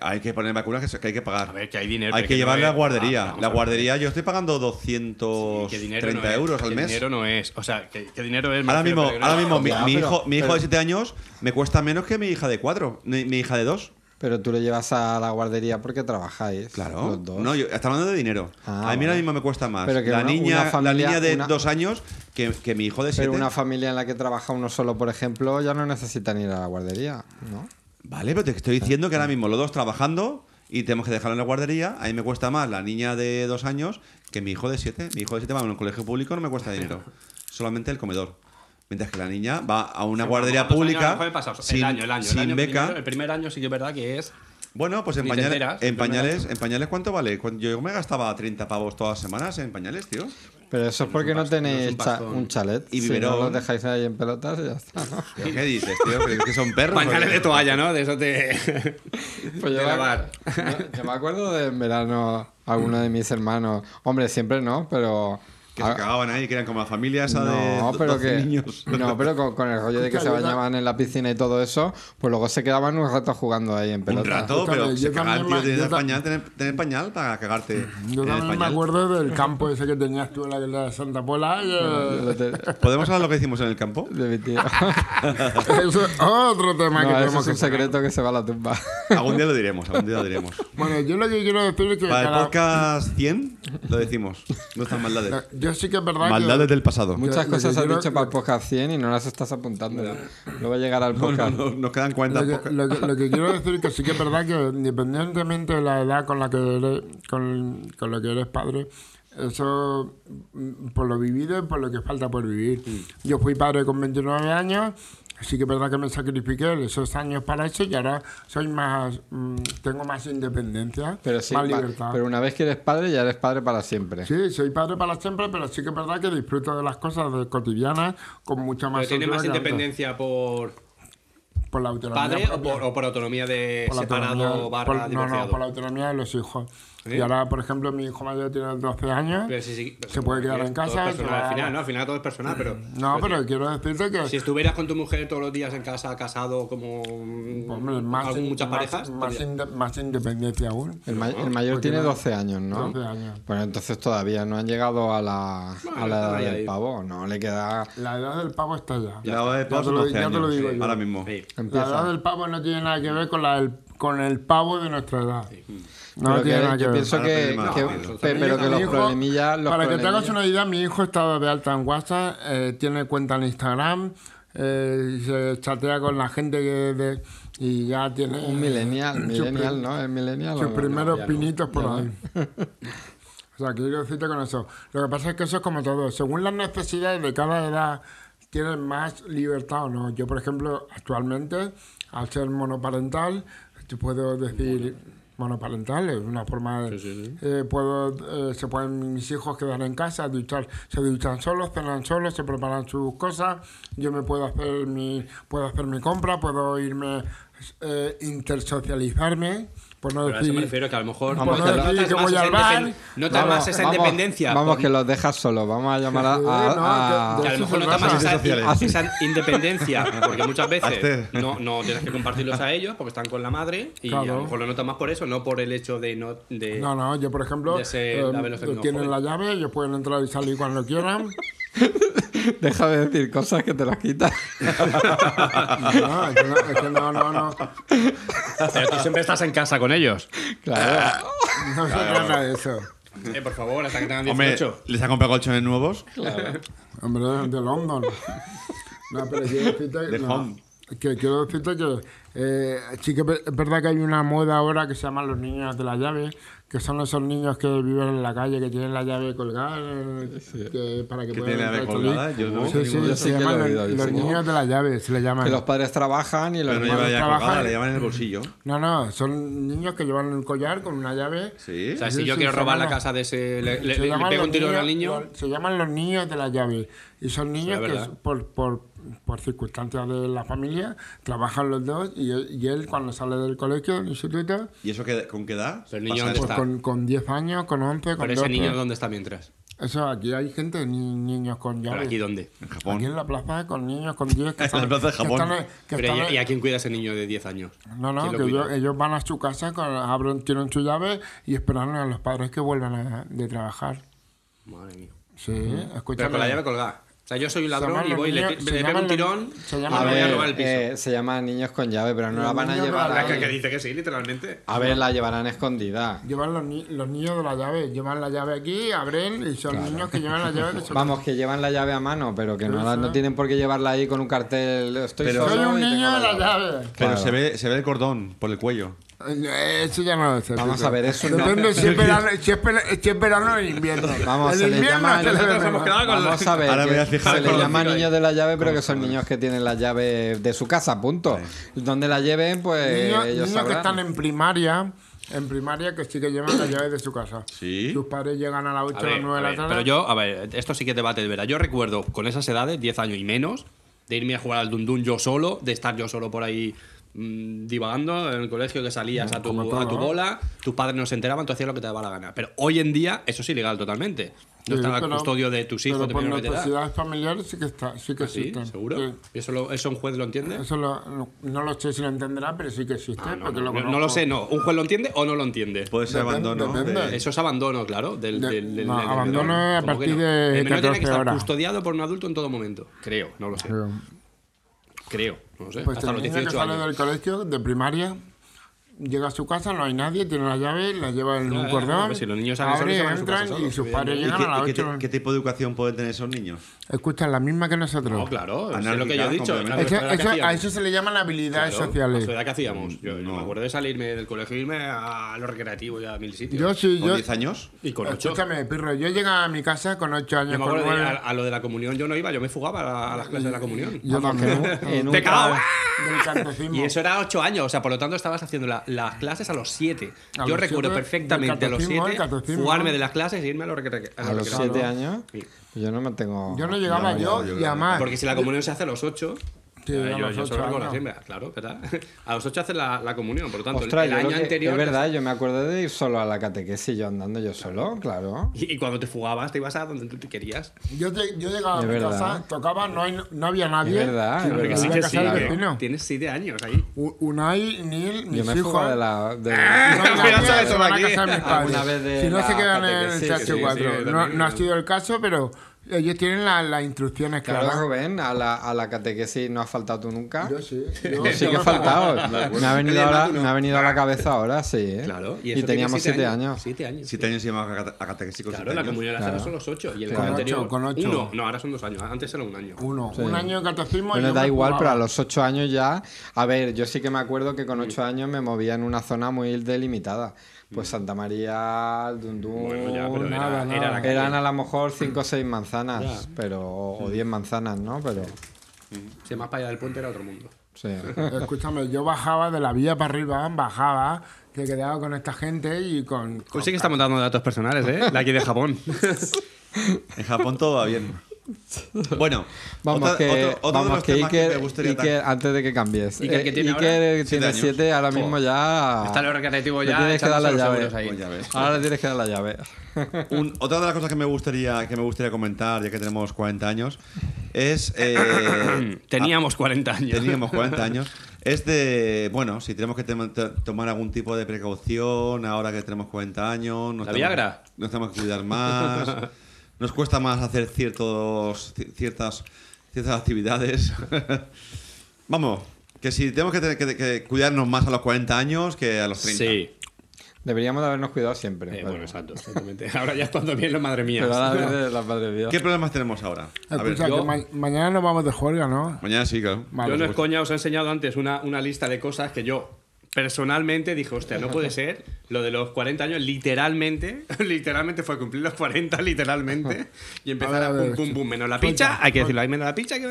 [SPEAKER 3] Hay que poner vacunas que, se- que hay que pagar.
[SPEAKER 4] A ver, que hay dinero,
[SPEAKER 3] Hay
[SPEAKER 4] que
[SPEAKER 3] que
[SPEAKER 4] no
[SPEAKER 3] llevarle
[SPEAKER 4] es-
[SPEAKER 3] a guardería.
[SPEAKER 4] Ah, vamos
[SPEAKER 3] la
[SPEAKER 4] a ver.
[SPEAKER 3] guardería, yo estoy pagando
[SPEAKER 4] Y
[SPEAKER 3] 230
[SPEAKER 4] que dinero no es,
[SPEAKER 3] euros al
[SPEAKER 4] que
[SPEAKER 3] mes.
[SPEAKER 4] Dinero no es. O sea, que, que dinero es. me
[SPEAKER 3] Ahora
[SPEAKER 4] refiero,
[SPEAKER 3] mismo,
[SPEAKER 4] pero que no
[SPEAKER 3] ahora
[SPEAKER 4] es-
[SPEAKER 3] mismo mi,
[SPEAKER 1] Ya,
[SPEAKER 3] mi
[SPEAKER 1] pero-
[SPEAKER 3] hijo, mi hijo
[SPEAKER 1] pero-
[SPEAKER 3] de 7 años me cuesta menos que mi hija de 4, mi, mi hija de 2.
[SPEAKER 1] Pero tú lo llevas a la guardería porque trabajáis.
[SPEAKER 3] Claro.
[SPEAKER 1] Los dos.
[SPEAKER 3] No, yo, está hablando de dinero.
[SPEAKER 1] Ah,
[SPEAKER 3] a mí
[SPEAKER 1] vale.
[SPEAKER 3] ahora mismo me cuesta más.
[SPEAKER 1] Pero que
[SPEAKER 3] la,
[SPEAKER 1] una-
[SPEAKER 3] niña,
[SPEAKER 1] una familia-
[SPEAKER 3] la niña de
[SPEAKER 1] una-
[SPEAKER 3] 2 años que, que mi hijo de 7.
[SPEAKER 1] Pero una familia en la que trabaja uno solo, por ejemplo, ya no necesitan ir a la guardería, ¿no?
[SPEAKER 3] Vale, pero te estoy diciendo que ahora mismo los dos trabajando y tenemos que dejarlo en la guardería. A mí me cuesta más la niña de 2 años que mi hijo de 7. Mi hijo de 7 va a un colegio público, no me cuesta dinero. Solamente el comedor. Mientras que la niña va a una
[SPEAKER 4] Sí,
[SPEAKER 3] guardería
[SPEAKER 4] vamos, dos años, a
[SPEAKER 3] pública
[SPEAKER 4] lo mejor me pasa, o sea,
[SPEAKER 3] sin,
[SPEAKER 4] el año, el año, el
[SPEAKER 3] sin
[SPEAKER 4] año
[SPEAKER 3] beca.
[SPEAKER 4] primero, el primer año sí que es verdad que es.
[SPEAKER 3] Bueno, pues en
[SPEAKER 4] Ni te
[SPEAKER 3] pañales,
[SPEAKER 4] enteras,
[SPEAKER 3] en
[SPEAKER 4] de verdad.
[SPEAKER 3] pañales, en pañales ¿cuánto vale? Cu- Yo me gastaba 30 pavos todas las semanas en pañales, tío.
[SPEAKER 1] Pero eso es porque no,
[SPEAKER 4] bastón, no es
[SPEAKER 1] tenéis
[SPEAKER 4] un
[SPEAKER 1] cha-
[SPEAKER 4] bastón.
[SPEAKER 1] un chalet.
[SPEAKER 3] Y
[SPEAKER 1] si
[SPEAKER 3] biberón.
[SPEAKER 1] no los dejáis ahí en pelotas y ya está. ¿no?
[SPEAKER 3] ¿Pero ¿Qué dices, tío? ¿Crees que son perros?
[SPEAKER 4] Pañales de toalla, ¿no? De eso te.
[SPEAKER 1] Pues
[SPEAKER 4] de
[SPEAKER 1] yo,
[SPEAKER 4] lavar.
[SPEAKER 1] me, yo me acuerdo de en verano alguno de mis hermanos. Hombre, siempre no, pero.
[SPEAKER 3] Que se cagaban ahí, que eran como la familia esa de
[SPEAKER 1] No,
[SPEAKER 3] do-
[SPEAKER 1] pero
[SPEAKER 3] 12
[SPEAKER 1] que.
[SPEAKER 3] niños.
[SPEAKER 1] No, pero con, con el rollo de que se
[SPEAKER 5] Escucha, yo ta-
[SPEAKER 1] bañaban en la piscina y todo eso, pues luego se quedaban un rato jugando ahí en
[SPEAKER 3] Un
[SPEAKER 1] pelotas.
[SPEAKER 3] rato,
[SPEAKER 5] Escúchame,
[SPEAKER 3] pero se
[SPEAKER 5] yo
[SPEAKER 3] cagar,
[SPEAKER 5] también
[SPEAKER 3] tío,
[SPEAKER 5] me-
[SPEAKER 3] tener,
[SPEAKER 5] yo ta-
[SPEAKER 3] pañal, tener, tener pañal para cagarte
[SPEAKER 5] Yo
[SPEAKER 3] en el
[SPEAKER 5] también me
[SPEAKER 3] pañal.
[SPEAKER 5] acuerdo del campo ese que tenías tú en la isla de Santa Pola. y, eh,
[SPEAKER 1] Lo te-
[SPEAKER 3] ¿Podemos hablar de lo que hicimos en el campo?
[SPEAKER 1] de mi tío.
[SPEAKER 5] eso es otro tema Ah, que
[SPEAKER 1] No, eso
[SPEAKER 5] tenemos
[SPEAKER 1] es
[SPEAKER 5] que
[SPEAKER 1] un secreto que se va a la tumba.
[SPEAKER 3] Algún día lo diremos, algún día lo diremos.
[SPEAKER 5] Bueno, yo lo que quiero decir es que
[SPEAKER 3] Para el
[SPEAKER 5] cada-
[SPEAKER 3] podcast 100 lo decimos. Nuestras maldades.
[SPEAKER 5] eh, yo sí que es verdad
[SPEAKER 3] Maldades
[SPEAKER 5] que
[SPEAKER 3] del pasado.
[SPEAKER 1] Muchas
[SPEAKER 5] lo que
[SPEAKER 1] cosas has
[SPEAKER 5] quiero-
[SPEAKER 1] dicho para el podcast 100 y no las estás apuntando. Luego llegará el
[SPEAKER 3] No, no,
[SPEAKER 1] podcast.
[SPEAKER 3] no, nos quedan 40
[SPEAKER 5] lo que,
[SPEAKER 3] podcasts.
[SPEAKER 5] lo que- lo que quiero decir que sí que es verdad que independientemente de la edad con la que eres, con, con la que eres padre, eso mm, por lo vivido y por lo que falta por vivir.
[SPEAKER 4] Mm.
[SPEAKER 5] Yo fui padre con 29 años, así que es verdad que me sacrifiqué esos años para eso y ahora soy más mm, tengo más independencia,
[SPEAKER 1] Pero sí,
[SPEAKER 5] más
[SPEAKER 1] va-
[SPEAKER 5] libertad.
[SPEAKER 1] pero una vez que eres padre, ya eres padre para siempre.
[SPEAKER 5] Sí, soy padre para siempre, pero sí que es verdad que disfruto de las cosas de- cotidianas con mucha más
[SPEAKER 4] Pero tiene
[SPEAKER 5] soltura
[SPEAKER 4] más
[SPEAKER 5] que antes.
[SPEAKER 4] independencia por
[SPEAKER 5] por la autonomía
[SPEAKER 4] padre o
[SPEAKER 5] propia.
[SPEAKER 4] por, o por autonomía de
[SPEAKER 5] por la
[SPEAKER 4] separado
[SPEAKER 5] autonomía-
[SPEAKER 4] barra
[SPEAKER 5] por- no,
[SPEAKER 4] divorciado.
[SPEAKER 5] no, por la autonomía de los hijos.
[SPEAKER 4] ¿Sí?
[SPEAKER 5] Y ahora, por ejemplo, mi hijo mayor tiene 12 años.
[SPEAKER 4] Pero sí, sí, pero
[SPEAKER 5] se puede quedar en
[SPEAKER 4] todo es
[SPEAKER 5] casa,
[SPEAKER 4] personal
[SPEAKER 5] se va-
[SPEAKER 4] al final, ¿no? Al final todo es personal, pero.
[SPEAKER 5] No,
[SPEAKER 4] pero
[SPEAKER 5] pero quiero decirte que
[SPEAKER 4] Si estuvieras con tu mujer todos los días en casa, casado, como
[SPEAKER 5] Pues hombre, más,
[SPEAKER 4] algún-
[SPEAKER 5] in-
[SPEAKER 4] muchas
[SPEAKER 5] más-
[SPEAKER 4] parejas,
[SPEAKER 5] más
[SPEAKER 4] podría-
[SPEAKER 5] inde- más independencia aún.
[SPEAKER 1] El, ma- el mayor tiene 12 años, ¿no?
[SPEAKER 5] 12 años.
[SPEAKER 1] Bueno, entonces todavía no han llegado a la,
[SPEAKER 4] Bueno,
[SPEAKER 1] a la edad
[SPEAKER 4] ahí,
[SPEAKER 1] del
[SPEAKER 4] ahí.
[SPEAKER 1] pavo. No, le queda.
[SPEAKER 5] La edad del pavo está ya.
[SPEAKER 3] La edad de
[SPEAKER 5] Ya te
[SPEAKER 3] paso
[SPEAKER 5] lo-
[SPEAKER 3] 12
[SPEAKER 5] ya te lo
[SPEAKER 3] años.
[SPEAKER 5] digo yo.
[SPEAKER 3] Ahora mismo.
[SPEAKER 4] Sí.
[SPEAKER 5] La edad
[SPEAKER 1] Empieza.
[SPEAKER 5] del pavo no tiene nada que ver con, la del- con el pavo de nuestra edad. No
[SPEAKER 1] Pero que
[SPEAKER 5] tiene nada que
[SPEAKER 1] yo
[SPEAKER 5] ver.
[SPEAKER 1] pienso
[SPEAKER 3] Ahora
[SPEAKER 1] que,
[SPEAKER 3] tenemos
[SPEAKER 1] que-
[SPEAKER 3] más rápido.
[SPEAKER 1] pe- pero
[SPEAKER 5] Mi-
[SPEAKER 1] que
[SPEAKER 5] mi
[SPEAKER 1] los
[SPEAKER 5] hijo-
[SPEAKER 1] problemillas. los
[SPEAKER 5] para que te hagas
[SPEAKER 1] problemillas-
[SPEAKER 5] una idea, mi hijo está de alta en WhatsApp, eh, tiene cuenta en Instagram, eh, se chatea con la gente que de- y ya tiene
[SPEAKER 1] Un millennial, millennial, ¿no? Es millennial. o
[SPEAKER 5] sus
[SPEAKER 1] no?
[SPEAKER 5] primeros pinitos por ahí. o sea, quiero decirte con eso. Lo que pasa es que eso es como todo. Según las necesidades de cada edad, tienen más libertad o no. Yo, por ejemplo, actualmente, al ser monoparental, te puedo decir... Monoparental es una forma de... eh, puedo, eh, se pueden mis hijos quedar en casa, duchar, se duchan solos, cenan solos, se preparan sus cosas. Yo me puedo hacer mi, puedo hacer mi compra, puedo irme, eh, intersocializarme Por no
[SPEAKER 4] Pero a eso me
[SPEAKER 5] decir.
[SPEAKER 4] refiero que a lo mejor
[SPEAKER 5] Vamos,
[SPEAKER 4] no
[SPEAKER 1] que
[SPEAKER 4] notas
[SPEAKER 5] lo- que
[SPEAKER 4] más
[SPEAKER 5] voy
[SPEAKER 4] esa
[SPEAKER 5] al bar.
[SPEAKER 4] independ- notas
[SPEAKER 1] Vamos,
[SPEAKER 4] más esa
[SPEAKER 1] vamos,
[SPEAKER 4] independencia.
[SPEAKER 1] Vamos,
[SPEAKER 4] por-
[SPEAKER 1] que los dejas solo. Vamos a llamar a.
[SPEAKER 5] Sí,
[SPEAKER 1] a-
[SPEAKER 5] no,
[SPEAKER 1] a-
[SPEAKER 5] que-
[SPEAKER 4] que a lo
[SPEAKER 5] Eso
[SPEAKER 4] mejor
[SPEAKER 5] se
[SPEAKER 4] notas
[SPEAKER 5] pasa.
[SPEAKER 4] más esa,
[SPEAKER 1] Sociales.
[SPEAKER 4] esa independencia, porque muchas veces
[SPEAKER 5] este.
[SPEAKER 3] Hazte.
[SPEAKER 4] no, no tienes que compartirlos a ellos porque están con la madre y a
[SPEAKER 5] Claro.
[SPEAKER 4] lo mejor lo notas más por eso, no por el hecho de no. De,
[SPEAKER 5] No, no, yo por ejemplo,
[SPEAKER 4] Ya sé,
[SPEAKER 5] eh,
[SPEAKER 4] dámelos el mismo
[SPEAKER 5] tienen
[SPEAKER 4] joven.
[SPEAKER 5] la llave, ellos pueden entrar y salir cuando quieran.
[SPEAKER 1] Deja de decir cosas que te las quitas.
[SPEAKER 5] No, es que no, es que no, no, no.
[SPEAKER 4] Pero tú siempre estás en casa con ellos.
[SPEAKER 5] Ah,
[SPEAKER 1] Claro.
[SPEAKER 5] No se trata de eso.
[SPEAKER 4] Eh, por favor, hasta que tengan
[SPEAKER 3] Hombre,
[SPEAKER 4] 18.
[SPEAKER 3] ¿les ha comprado colchones nuevos?
[SPEAKER 5] Hombre, de London. No, pero quiero decirte
[SPEAKER 3] De
[SPEAKER 5] no.
[SPEAKER 3] home.
[SPEAKER 5] que quiero decirte que eh, sí que es verdad que hay una moda ahora que se llama los niños de la llave, que son esos niños que viven en la calle, que tienen la llave colgada eh, que- para que
[SPEAKER 3] ¿Que
[SPEAKER 5] puedan
[SPEAKER 3] tiene la llave
[SPEAKER 5] entrar y salir.
[SPEAKER 3] colgada? Yo no
[SPEAKER 5] sí, sí,
[SPEAKER 3] tengo
[SPEAKER 1] yo
[SPEAKER 5] se
[SPEAKER 1] sí que lo he
[SPEAKER 5] llaman
[SPEAKER 1] oído, yo
[SPEAKER 5] los
[SPEAKER 1] sí que-
[SPEAKER 5] niños de la llave, se le llaman.
[SPEAKER 1] Que los padres trabajan y los
[SPEAKER 3] Pero no lleva
[SPEAKER 1] hermanos-
[SPEAKER 5] hermanos
[SPEAKER 3] ya
[SPEAKER 5] trabajan.
[SPEAKER 3] colgada, la llevan en el bolsillo.
[SPEAKER 5] No, no, son niños que llevan un collar con una llave.
[SPEAKER 3] Sí.
[SPEAKER 4] O sea,
[SPEAKER 5] Sí,
[SPEAKER 4] si yo
[SPEAKER 5] sí,
[SPEAKER 4] quiero
[SPEAKER 5] se
[SPEAKER 4] robar la
[SPEAKER 5] llama-
[SPEAKER 4] casa de ese. Le, le-
[SPEAKER 5] Se
[SPEAKER 4] le
[SPEAKER 5] llaman
[SPEAKER 4] pego
[SPEAKER 5] los
[SPEAKER 4] un tiro al niño.
[SPEAKER 5] niños- Se llaman los niños de la llave. Y son niños
[SPEAKER 4] Sí, es
[SPEAKER 5] que
[SPEAKER 4] verdad.
[SPEAKER 5] es por, por, por circunstancias de la familia trabajan los dos y, y él cuando sale del colegio, del instituto,
[SPEAKER 3] ¿Y eso qué- con qué edad?
[SPEAKER 4] Pero el niño
[SPEAKER 3] Pasa
[SPEAKER 4] dónde
[SPEAKER 5] pues
[SPEAKER 4] está.
[SPEAKER 5] con, con 10 años, con 11, con
[SPEAKER 4] Pero
[SPEAKER 5] 12.
[SPEAKER 4] ese niño, ¿dónde está mientras?
[SPEAKER 5] Eso, aquí hay gente, ni- niños con
[SPEAKER 4] Pero
[SPEAKER 5] llave.
[SPEAKER 4] aquí, ¿dónde?
[SPEAKER 3] En Japón.
[SPEAKER 5] Aquí en la plaza con niños con 10
[SPEAKER 3] En
[SPEAKER 5] que
[SPEAKER 3] la
[SPEAKER 5] están...
[SPEAKER 3] plaza de
[SPEAKER 5] que
[SPEAKER 3] Japón.
[SPEAKER 5] están- que
[SPEAKER 4] Pero
[SPEAKER 5] están-
[SPEAKER 4] ¿y, y a quién cuida ese niño de 10 años?
[SPEAKER 5] No, no,
[SPEAKER 4] ¿Quién lo
[SPEAKER 5] que eh,
[SPEAKER 4] cuida?
[SPEAKER 5] ellos, ellos van a su casa, con- abren, tienen su llave y esperan a los padres que vuelvan a- de trabajar.
[SPEAKER 4] Madre mía.
[SPEAKER 5] Sí,
[SPEAKER 4] Pero
[SPEAKER 5] escúchame.
[SPEAKER 4] con la llave colgada. O sea, yo soy un
[SPEAKER 5] Se
[SPEAKER 4] ladrón
[SPEAKER 5] llaman
[SPEAKER 4] y
[SPEAKER 5] los
[SPEAKER 4] voy y le,
[SPEAKER 5] niños-
[SPEAKER 4] le
[SPEAKER 5] se
[SPEAKER 4] pego
[SPEAKER 5] llaman
[SPEAKER 4] un
[SPEAKER 5] los-
[SPEAKER 4] tirón.
[SPEAKER 5] se
[SPEAKER 4] y
[SPEAKER 5] llaman
[SPEAKER 1] A
[SPEAKER 4] me
[SPEAKER 5] los
[SPEAKER 4] voy a
[SPEAKER 1] ver,
[SPEAKER 4] robar el piso.
[SPEAKER 1] eh, se llaman niños con llave, pero no
[SPEAKER 5] Los
[SPEAKER 1] la van a
[SPEAKER 5] niños
[SPEAKER 1] llevar.
[SPEAKER 5] no la-
[SPEAKER 1] ahí.
[SPEAKER 4] La que, que dice que sí, literalmente.
[SPEAKER 1] A ver, la llevarán escondida.
[SPEAKER 5] Llevan los, ni- los niños de la llave, llevan la llave aquí, abren y son niños que llevan la llave de su
[SPEAKER 1] Vamos, que llevan la llave a mano, pero que no, la- no tienen por qué llevarla ahí con un cartel. Estoy
[SPEAKER 3] Pero-
[SPEAKER 1] solo
[SPEAKER 5] Soy un
[SPEAKER 1] y tengo
[SPEAKER 5] niño de la
[SPEAKER 1] llave".
[SPEAKER 5] llave.
[SPEAKER 3] Pero
[SPEAKER 1] Claro.
[SPEAKER 3] se, ve, se ve el cordón por el cuello.
[SPEAKER 5] Eh, Eso ya no lo sé.
[SPEAKER 1] Vamos
[SPEAKER 5] Pipo.
[SPEAKER 1] a ver, eso no.
[SPEAKER 5] Depende si, es verano, si, es, pela- si es verano o invierno.
[SPEAKER 1] Vamos,
[SPEAKER 5] El
[SPEAKER 1] se les
[SPEAKER 5] invierno
[SPEAKER 1] llama.
[SPEAKER 5] se le ve
[SPEAKER 4] Nosotros
[SPEAKER 5] menos.
[SPEAKER 4] hemos quedado con
[SPEAKER 1] Vamos a ver,
[SPEAKER 3] Ahora
[SPEAKER 1] que
[SPEAKER 3] me voy a fijar
[SPEAKER 1] se
[SPEAKER 3] con
[SPEAKER 1] les
[SPEAKER 3] los
[SPEAKER 1] llama
[SPEAKER 4] niños ahí.
[SPEAKER 1] niños de la llave, pero que son niños que tienen la llave de su casa, punto. Donde la lleven, pues
[SPEAKER 5] Niños,
[SPEAKER 1] ellos
[SPEAKER 5] niños que
[SPEAKER 1] sabrán.
[SPEAKER 5] están en primaria, en primaria que sí que llevan la llave de su casa.
[SPEAKER 3] Sí.
[SPEAKER 5] Sus padres llegan a las 8
[SPEAKER 4] A
[SPEAKER 5] o las
[SPEAKER 4] ver,
[SPEAKER 5] 9 de
[SPEAKER 4] a
[SPEAKER 5] la
[SPEAKER 4] ver,
[SPEAKER 5] tarde.
[SPEAKER 4] pero yo, a ver, esto sí que es debate de verdad. Yo recuerdo con esas edades, 10 años y menos, de irme a jugar al Dundun yo solo, de estar yo solo por ahí mm, divagando en el colegio que salías a tu,
[SPEAKER 5] como todo,
[SPEAKER 4] a tu
[SPEAKER 5] ¿no?
[SPEAKER 4] bola, tus padres no se enteraban, tú hacías lo que te daba la gana. Pero hoy en día eso es ilegal totalmente. No
[SPEAKER 5] Sí,
[SPEAKER 4] está el
[SPEAKER 5] pero-
[SPEAKER 4] custodio de tus hijos
[SPEAKER 5] Pero
[SPEAKER 4] de
[SPEAKER 5] por
[SPEAKER 4] menores de edad.
[SPEAKER 5] necesidades familiares sí que está, sí que
[SPEAKER 4] ¿Sí?
[SPEAKER 5] existen.
[SPEAKER 4] ¿Seguro?
[SPEAKER 5] Sí.
[SPEAKER 4] ¿Y eso, lo- eso un juez lo entiende?
[SPEAKER 5] Eso lo- no- no lo sé si lo entenderá, pero sí que existe.
[SPEAKER 4] Ah, no,
[SPEAKER 5] porque
[SPEAKER 4] no,
[SPEAKER 5] lo
[SPEAKER 4] no lo sé, no. ¿Un juez lo entiende o no lo entiende?
[SPEAKER 3] Puede ser
[SPEAKER 5] Depende-
[SPEAKER 3] abandono.
[SPEAKER 5] depende.
[SPEAKER 3] de-
[SPEAKER 4] Eso es abandono, claro. Del,
[SPEAKER 5] De-
[SPEAKER 4] del- del-
[SPEAKER 5] no,
[SPEAKER 4] del- del-
[SPEAKER 5] abandono
[SPEAKER 4] del-
[SPEAKER 5] a
[SPEAKER 4] ¿Cómo que
[SPEAKER 5] partir
[SPEAKER 4] no?
[SPEAKER 5] de
[SPEAKER 4] El menor tiene que
[SPEAKER 5] 14
[SPEAKER 4] estar
[SPEAKER 5] horas.
[SPEAKER 4] custodiado por un adulto en todo momento. Creo, no lo sé.
[SPEAKER 5] conozco.
[SPEAKER 4] Creo, no lo sé.
[SPEAKER 5] Pues
[SPEAKER 4] Hasta
[SPEAKER 5] el
[SPEAKER 4] los
[SPEAKER 5] niño que
[SPEAKER 4] 18
[SPEAKER 5] sale
[SPEAKER 4] años.
[SPEAKER 5] del colegio, de primaria, llega a su casa, no hay nadie, tiene la llave, la lleva en
[SPEAKER 4] Ya,
[SPEAKER 5] un
[SPEAKER 4] ya,
[SPEAKER 5] cordón.
[SPEAKER 4] pero si los niños salen solos,
[SPEAKER 5] abre,
[SPEAKER 4] salen a su
[SPEAKER 5] entran
[SPEAKER 4] casa solos,
[SPEAKER 5] y sus padres
[SPEAKER 3] ¿Y qué,
[SPEAKER 5] llegan a las
[SPEAKER 3] y qué te-
[SPEAKER 5] 8.
[SPEAKER 3] qué tipo de educación pueden tener esos niños?
[SPEAKER 5] Escuchan la misma que nosotros.
[SPEAKER 4] Ah, No, claro, eso
[SPEAKER 3] Anárquica,
[SPEAKER 4] es lo que yo he dicho.
[SPEAKER 3] complemento.
[SPEAKER 4] Claro,
[SPEAKER 5] Eso-
[SPEAKER 4] ¿verdad que
[SPEAKER 5] eso- a
[SPEAKER 4] hacíamos?
[SPEAKER 5] eso se le llaman habilidades
[SPEAKER 4] Claro, ¿a
[SPEAKER 5] sociales.
[SPEAKER 4] su edad que hacíamos? Yo, yo
[SPEAKER 3] No.
[SPEAKER 4] me acuerdo de salirme del colegio e irme a los recreativos y a mil sitios.
[SPEAKER 5] Yo sí,
[SPEAKER 3] ¿Con
[SPEAKER 5] yo.
[SPEAKER 3] 10 años?
[SPEAKER 4] y con ocho.
[SPEAKER 5] Escúchame, pirro, yo llegaba a mi casa con 8 años.
[SPEAKER 4] Yo me
[SPEAKER 5] con
[SPEAKER 4] acuerdo de, a,
[SPEAKER 5] nueve.
[SPEAKER 4] a lo de la comunión, yo no iba, yo me fugaba a, la- a las clases de la comunión.
[SPEAKER 5] Yo también.
[SPEAKER 1] En un
[SPEAKER 4] ¡Te cago!
[SPEAKER 1] par-
[SPEAKER 5] Del catecismo.
[SPEAKER 4] Y eso era 8 años, o sea, por lo tanto estabas haciendo la- las clases a los 7.
[SPEAKER 5] A
[SPEAKER 4] Yo
[SPEAKER 5] los
[SPEAKER 4] recuerdo
[SPEAKER 5] siete,
[SPEAKER 4] perfectamente a los
[SPEAKER 5] del
[SPEAKER 4] 7
[SPEAKER 5] catecismo, el catecismo.
[SPEAKER 4] jugarme de las clases y irme a los recre-
[SPEAKER 1] A los
[SPEAKER 4] recreativos.
[SPEAKER 1] siete años,
[SPEAKER 4] Sí.
[SPEAKER 1] yo no me tengo.
[SPEAKER 5] Yo no llegaba
[SPEAKER 3] No,
[SPEAKER 5] yo,
[SPEAKER 3] yo
[SPEAKER 5] y
[SPEAKER 3] creo
[SPEAKER 5] además.
[SPEAKER 4] Porque si la comunión se hace a los 8,
[SPEAKER 5] Ah. Sí, a
[SPEAKER 4] yo,
[SPEAKER 5] los
[SPEAKER 4] yo
[SPEAKER 5] ocho
[SPEAKER 4] solo recuerdo
[SPEAKER 5] años.
[SPEAKER 4] siempre, claro, ¿verdad? A los 8 hace la, la comunión, por lo tanto, el-
[SPEAKER 1] Ostras,
[SPEAKER 4] el,
[SPEAKER 1] yo creo
[SPEAKER 4] año
[SPEAKER 1] que-
[SPEAKER 4] anterior.
[SPEAKER 1] Es verdad, yo me acuerdo de ir solo a la catequesis, yo andando yo solo, claro.
[SPEAKER 4] Y, y cuando te fugabas, te ibas a donde tú te querías.
[SPEAKER 5] Yo, te- yo llegaba a
[SPEAKER 1] Es
[SPEAKER 5] mi
[SPEAKER 1] verdad.
[SPEAKER 5] casa, tocaba, no, hay- no había nadie.
[SPEAKER 1] Es verdad,
[SPEAKER 5] Sí,
[SPEAKER 1] es
[SPEAKER 5] me
[SPEAKER 1] verdad.
[SPEAKER 4] Porque
[SPEAKER 5] iba
[SPEAKER 4] sí
[SPEAKER 5] a
[SPEAKER 4] que
[SPEAKER 5] casa
[SPEAKER 4] sí,
[SPEAKER 5] del
[SPEAKER 4] que
[SPEAKER 5] vecino.
[SPEAKER 4] tienes 7 años ahí.
[SPEAKER 1] ¿Eh?
[SPEAKER 5] U- Unai, Nil,
[SPEAKER 1] Yo
[SPEAKER 5] mis
[SPEAKER 1] me he
[SPEAKER 5] hijos.
[SPEAKER 1] fugado
[SPEAKER 5] Ah,
[SPEAKER 1] de la. de-
[SPEAKER 5] no hay
[SPEAKER 4] No,
[SPEAKER 5] nadie,
[SPEAKER 4] ya sabes,
[SPEAKER 5] se van a
[SPEAKER 4] aquí.
[SPEAKER 5] casa de mis padres.
[SPEAKER 1] Alguna vez de
[SPEAKER 5] si no
[SPEAKER 1] la
[SPEAKER 5] se quedan en el
[SPEAKER 1] catequesis,
[SPEAKER 5] Chacho
[SPEAKER 1] sí,
[SPEAKER 5] 4.
[SPEAKER 4] sí,
[SPEAKER 5] no,
[SPEAKER 4] también.
[SPEAKER 5] no ha sido el caso, pero ellos tienen la- las instrucciones
[SPEAKER 1] Claro,
[SPEAKER 5] claras.
[SPEAKER 1] Rubén, a la, a la catequesis no has faltado tú nunca.
[SPEAKER 5] Yo sí.
[SPEAKER 1] Yo
[SPEAKER 5] yo-
[SPEAKER 1] sí que he faltado. Me ha venido, ahora- me ha venido a la cabeza ahora, sí. ¿eh?
[SPEAKER 4] Claro,
[SPEAKER 1] y,
[SPEAKER 4] eso tiene
[SPEAKER 1] teníamos siete años.
[SPEAKER 4] 7 años.
[SPEAKER 3] 7 años se llama a cate- a catequesis con
[SPEAKER 4] Claro,
[SPEAKER 3] siete
[SPEAKER 4] la
[SPEAKER 3] años.
[SPEAKER 4] comunión la hacen a los 8 y el
[SPEAKER 1] Con
[SPEAKER 4] año
[SPEAKER 5] ocho,
[SPEAKER 4] anterior.
[SPEAKER 5] con ocho.
[SPEAKER 4] Uno, no, ahora son 2 años, antes era un año.
[SPEAKER 5] Uno, un año de catecismo. y
[SPEAKER 1] Bueno,
[SPEAKER 5] yo
[SPEAKER 1] da
[SPEAKER 5] me
[SPEAKER 1] igual, pero
[SPEAKER 5] jugaba.
[SPEAKER 1] a los ocho años ya. A ver, yo sí que me acuerdo que con ocho años me movía en una zona muy delimitada. Pues Santa María, el Dundún.
[SPEAKER 4] Bueno, ya, pero
[SPEAKER 5] Oh,
[SPEAKER 4] era,
[SPEAKER 5] nada,
[SPEAKER 4] era
[SPEAKER 5] nada.
[SPEAKER 4] la calle.
[SPEAKER 1] Eran a lo mejor cinco o seis manzanas, pero o o diez manzanas, ¿no? Pero
[SPEAKER 4] Si más para allá del puente era otro mundo.
[SPEAKER 1] sí.
[SPEAKER 5] Escúchame, yo bajaba de la vía para arriba, bajaba, que quedaba con esta gente y con.
[SPEAKER 4] Pues sí que estamos dando datos personales, ¿eh? La aquí de Japón.
[SPEAKER 3] En Japón todo va bien. Bueno,
[SPEAKER 1] Vamos,
[SPEAKER 3] otra-
[SPEAKER 1] que,
[SPEAKER 3] otro, otro de
[SPEAKER 1] vamos,
[SPEAKER 3] los
[SPEAKER 1] que
[SPEAKER 3] temas
[SPEAKER 1] Iker,
[SPEAKER 3] que me gustaría
[SPEAKER 1] Iker,
[SPEAKER 3] atacar.
[SPEAKER 1] antes de que cambies.
[SPEAKER 4] Iker, que
[SPEAKER 1] Eh,
[SPEAKER 4] tiene ahora
[SPEAKER 1] Iker
[SPEAKER 3] siete
[SPEAKER 1] tiene
[SPEAKER 3] años.
[SPEAKER 1] 7, ahora mismo ya.
[SPEAKER 4] Está lo recreativo
[SPEAKER 1] le
[SPEAKER 4] ya.
[SPEAKER 1] Tienes que dar la
[SPEAKER 4] echándose los
[SPEAKER 1] llave.
[SPEAKER 4] euros ahí.
[SPEAKER 3] Pues ya ves.
[SPEAKER 1] Ahora le tienes que dar la llave.
[SPEAKER 3] Un- otra de las cosas que me gustaría que me gustaría comentar, ya que tenemos 40 años, es eh,
[SPEAKER 4] Teníamos 40 años.
[SPEAKER 3] Teníamos 40 años. Es de, bueno, si tenemos que tem- to- tomar algún tipo de precaución ahora que tenemos 40 años. Nos
[SPEAKER 4] ¿La
[SPEAKER 3] tenemos-
[SPEAKER 4] Viagra?
[SPEAKER 3] Nos tenemos que cuidar más. Nos cuesta más hacer ciertos, ci- ciertas, ciertas actividades. Vamos, que si tenemos que, te- que- que cuidarnos más a los 40 años que a los 30.
[SPEAKER 4] Sí.
[SPEAKER 1] Deberíamos de habernos cuidado siempre.
[SPEAKER 4] Eh,
[SPEAKER 1] pero-
[SPEAKER 4] bueno, exacto, exactamente. Ahora ya es cuando viene, madre mía.
[SPEAKER 1] Pero ahora viene la madre mía.
[SPEAKER 3] ¿Qué problemas tenemos ahora? A ver,
[SPEAKER 5] Escucha, que
[SPEAKER 4] pues yo-
[SPEAKER 5] ma- mañana nos vamos de juerga, ¿no?
[SPEAKER 3] mañana sí, claro.
[SPEAKER 5] Vale,
[SPEAKER 4] yo no es
[SPEAKER 5] pues-
[SPEAKER 4] coña, os he enseñado antes una, una lista de cosas que yo personalmente dije, hostia, no puede ser. Lo de los 40 años, literalmente, literalmente fue cumplir los 40, literalmente, y empezar
[SPEAKER 5] A
[SPEAKER 4] a
[SPEAKER 5] ver, a ver,
[SPEAKER 4] pum, pum, pum, menos la picha. Hay que decirlo, hay menos la picha. Que...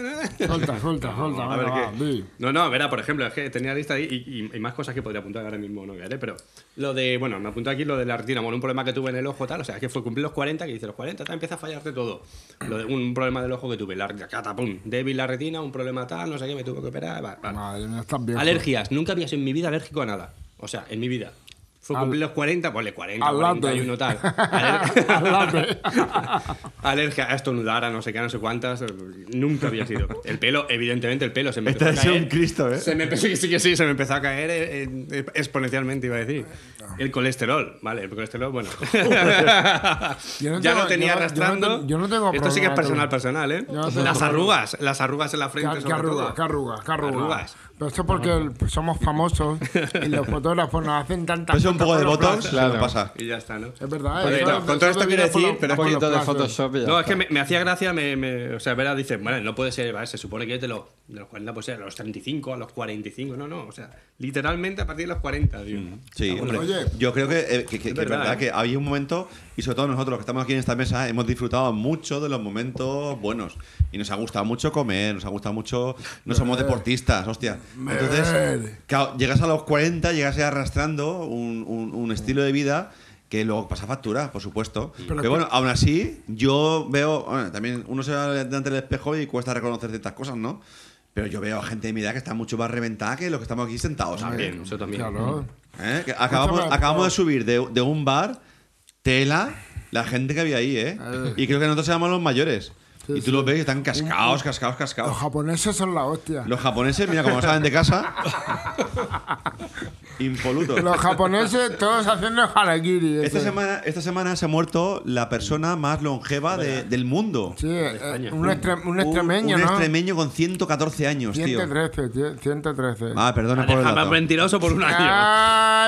[SPEAKER 5] Suelta, suelta, suelta.
[SPEAKER 4] A ver
[SPEAKER 5] venga, va,
[SPEAKER 4] qué.
[SPEAKER 5] di.
[SPEAKER 4] No, no, verá, por ejemplo, es que tenía lista ahí y, y- y más cosas que podría apuntar ahora mismo, no ¿vale? Pero lo de, bueno, me apunté aquí lo de la retina, bueno, un problema que tuve en el ojo, tal, o sea, que fue cumplir los 40, que dice los 40, tal, empieza a fallarte todo. Lo de un problema del ojo que tuve, la retina, cata, pum, débil la retina, un problema tal, no sé qué, me tuve que operar, va, va.
[SPEAKER 5] Madre mía, estás viejo.
[SPEAKER 4] Alergias, nunca había sido en mi vida alérgico a nada, o sea, en mi vida. Fue
[SPEAKER 5] Al-
[SPEAKER 4] cumplir los 40, ponle 40,
[SPEAKER 5] al latte.
[SPEAKER 4] 41 tal. Aler-
[SPEAKER 5] Al lápiz.
[SPEAKER 4] Alergia a estornudar, a no sé qué, a no sé cuántas. eh, Nunca había sido. El pelo, evidentemente, el pelo se me
[SPEAKER 3] Este
[SPEAKER 4] empezó a
[SPEAKER 3] es
[SPEAKER 4] caer.
[SPEAKER 3] un Cristo, ¿eh?
[SPEAKER 4] Se me, sí, sí, que sí, se me empezó a caer eh, eh, exponencialmente, iba a decir. El colesterol, vale, el colesterol, bueno.
[SPEAKER 5] Yo no
[SPEAKER 4] ya
[SPEAKER 5] tengo-
[SPEAKER 4] lo tenía
[SPEAKER 5] yo no-
[SPEAKER 4] arrastrando.
[SPEAKER 5] yo no- yo no tengo
[SPEAKER 4] Esto sí que es
[SPEAKER 5] problema,
[SPEAKER 4] personal,
[SPEAKER 5] tú.
[SPEAKER 4] personal, ¿eh?
[SPEAKER 5] Yo no tengo
[SPEAKER 4] las
[SPEAKER 5] problema.
[SPEAKER 4] arrugas, las arrugas en la frente.
[SPEAKER 5] Qué- Qué
[SPEAKER 4] sobre
[SPEAKER 5] arrugas,
[SPEAKER 4] todo.
[SPEAKER 5] qué arrugas, qué arrugas.
[SPEAKER 4] Arrugas.
[SPEAKER 5] Pero esto es porque el- pues somos famosos y los fotógrafos nos hacen tantas
[SPEAKER 3] Pues un
[SPEAKER 5] fotos
[SPEAKER 3] poco de
[SPEAKER 5] con los
[SPEAKER 3] botox,
[SPEAKER 5] flash.
[SPEAKER 3] se nos
[SPEAKER 1] Claro.
[SPEAKER 3] pasa.
[SPEAKER 4] Y ya está, ¿no?
[SPEAKER 5] Es verdad,
[SPEAKER 4] Pero
[SPEAKER 5] eh,
[SPEAKER 4] no,
[SPEAKER 5] eso-
[SPEAKER 4] con todo
[SPEAKER 5] eso
[SPEAKER 4] esto quiero
[SPEAKER 5] viene por
[SPEAKER 4] decir,
[SPEAKER 5] los-
[SPEAKER 4] pero
[SPEAKER 1] Un
[SPEAKER 4] es que
[SPEAKER 5] por los
[SPEAKER 1] poquito de
[SPEAKER 5] flashes.
[SPEAKER 1] Photoshop y ya
[SPEAKER 4] No, es
[SPEAKER 1] está.
[SPEAKER 4] que me, me hacía gracia, me, me- o sea, Vera dice, bueno, no puede ser, ¿vale? se supone que de los, de los 40, pues a los 35, a los 45, no, no, o sea, literalmente a partir de los 40, tío.
[SPEAKER 3] Mm, Sí, hombre.
[SPEAKER 5] Oye.
[SPEAKER 3] yo creo que, eh, que- que- que es verdad,
[SPEAKER 4] verdad, ¿eh?
[SPEAKER 3] que había un momento, y sobre todo nosotros los que estamos aquí en esta mesa, hemos disfrutado mucho de los momentos buenos. Y nos ha gustado mucho comer, nos ha gustado mucho. No somos deportistas, hostia. Entonces, claro, llegas a los 40, llegas ahí arrastrando un, un- un estilo de vida que luego pasa factura, por supuesto. Pero,
[SPEAKER 5] que-
[SPEAKER 3] bueno, aún así, yo veo. bueno, también uno se va delante del espejo y cuesta reconocer ciertas cosas, ¿no? Pero yo veo a gente de mi edad que está mucho más reventada que los que estamos aquí sentados. ¿sabes?
[SPEAKER 4] También, eso también.
[SPEAKER 5] Claro.
[SPEAKER 3] ¿Eh? Que Acabamos,
[SPEAKER 5] Escúchame,
[SPEAKER 3] acabamos de
[SPEAKER 5] pero-
[SPEAKER 3] subir de, de un bar, tela, la gente que había ahí, ¿eh? Y creo que nosotros éramos los mayores.
[SPEAKER 5] Sí,
[SPEAKER 3] y tú
[SPEAKER 5] sí.
[SPEAKER 3] los ves y están cascados, cascados, cascados.
[SPEAKER 5] Los japoneses son la hostia.
[SPEAKER 3] Los japoneses, mira, como no salen de casa, impolutos.
[SPEAKER 5] Los japoneses todos haciendo harakiri.
[SPEAKER 3] Esta
[SPEAKER 5] ese.
[SPEAKER 3] semana, esta semana se ha muerto la persona más longeva de- del mundo.
[SPEAKER 5] Sí, eh, un, extre- un
[SPEAKER 3] Un-
[SPEAKER 5] extremeño,
[SPEAKER 3] un
[SPEAKER 5] ¿no?
[SPEAKER 3] extremeño con 114 años, tío.
[SPEAKER 5] 113, tío, 113.
[SPEAKER 3] Ah, perdona por el
[SPEAKER 4] Déjame
[SPEAKER 3] dato.
[SPEAKER 4] mentiroso por un
[SPEAKER 5] Ah,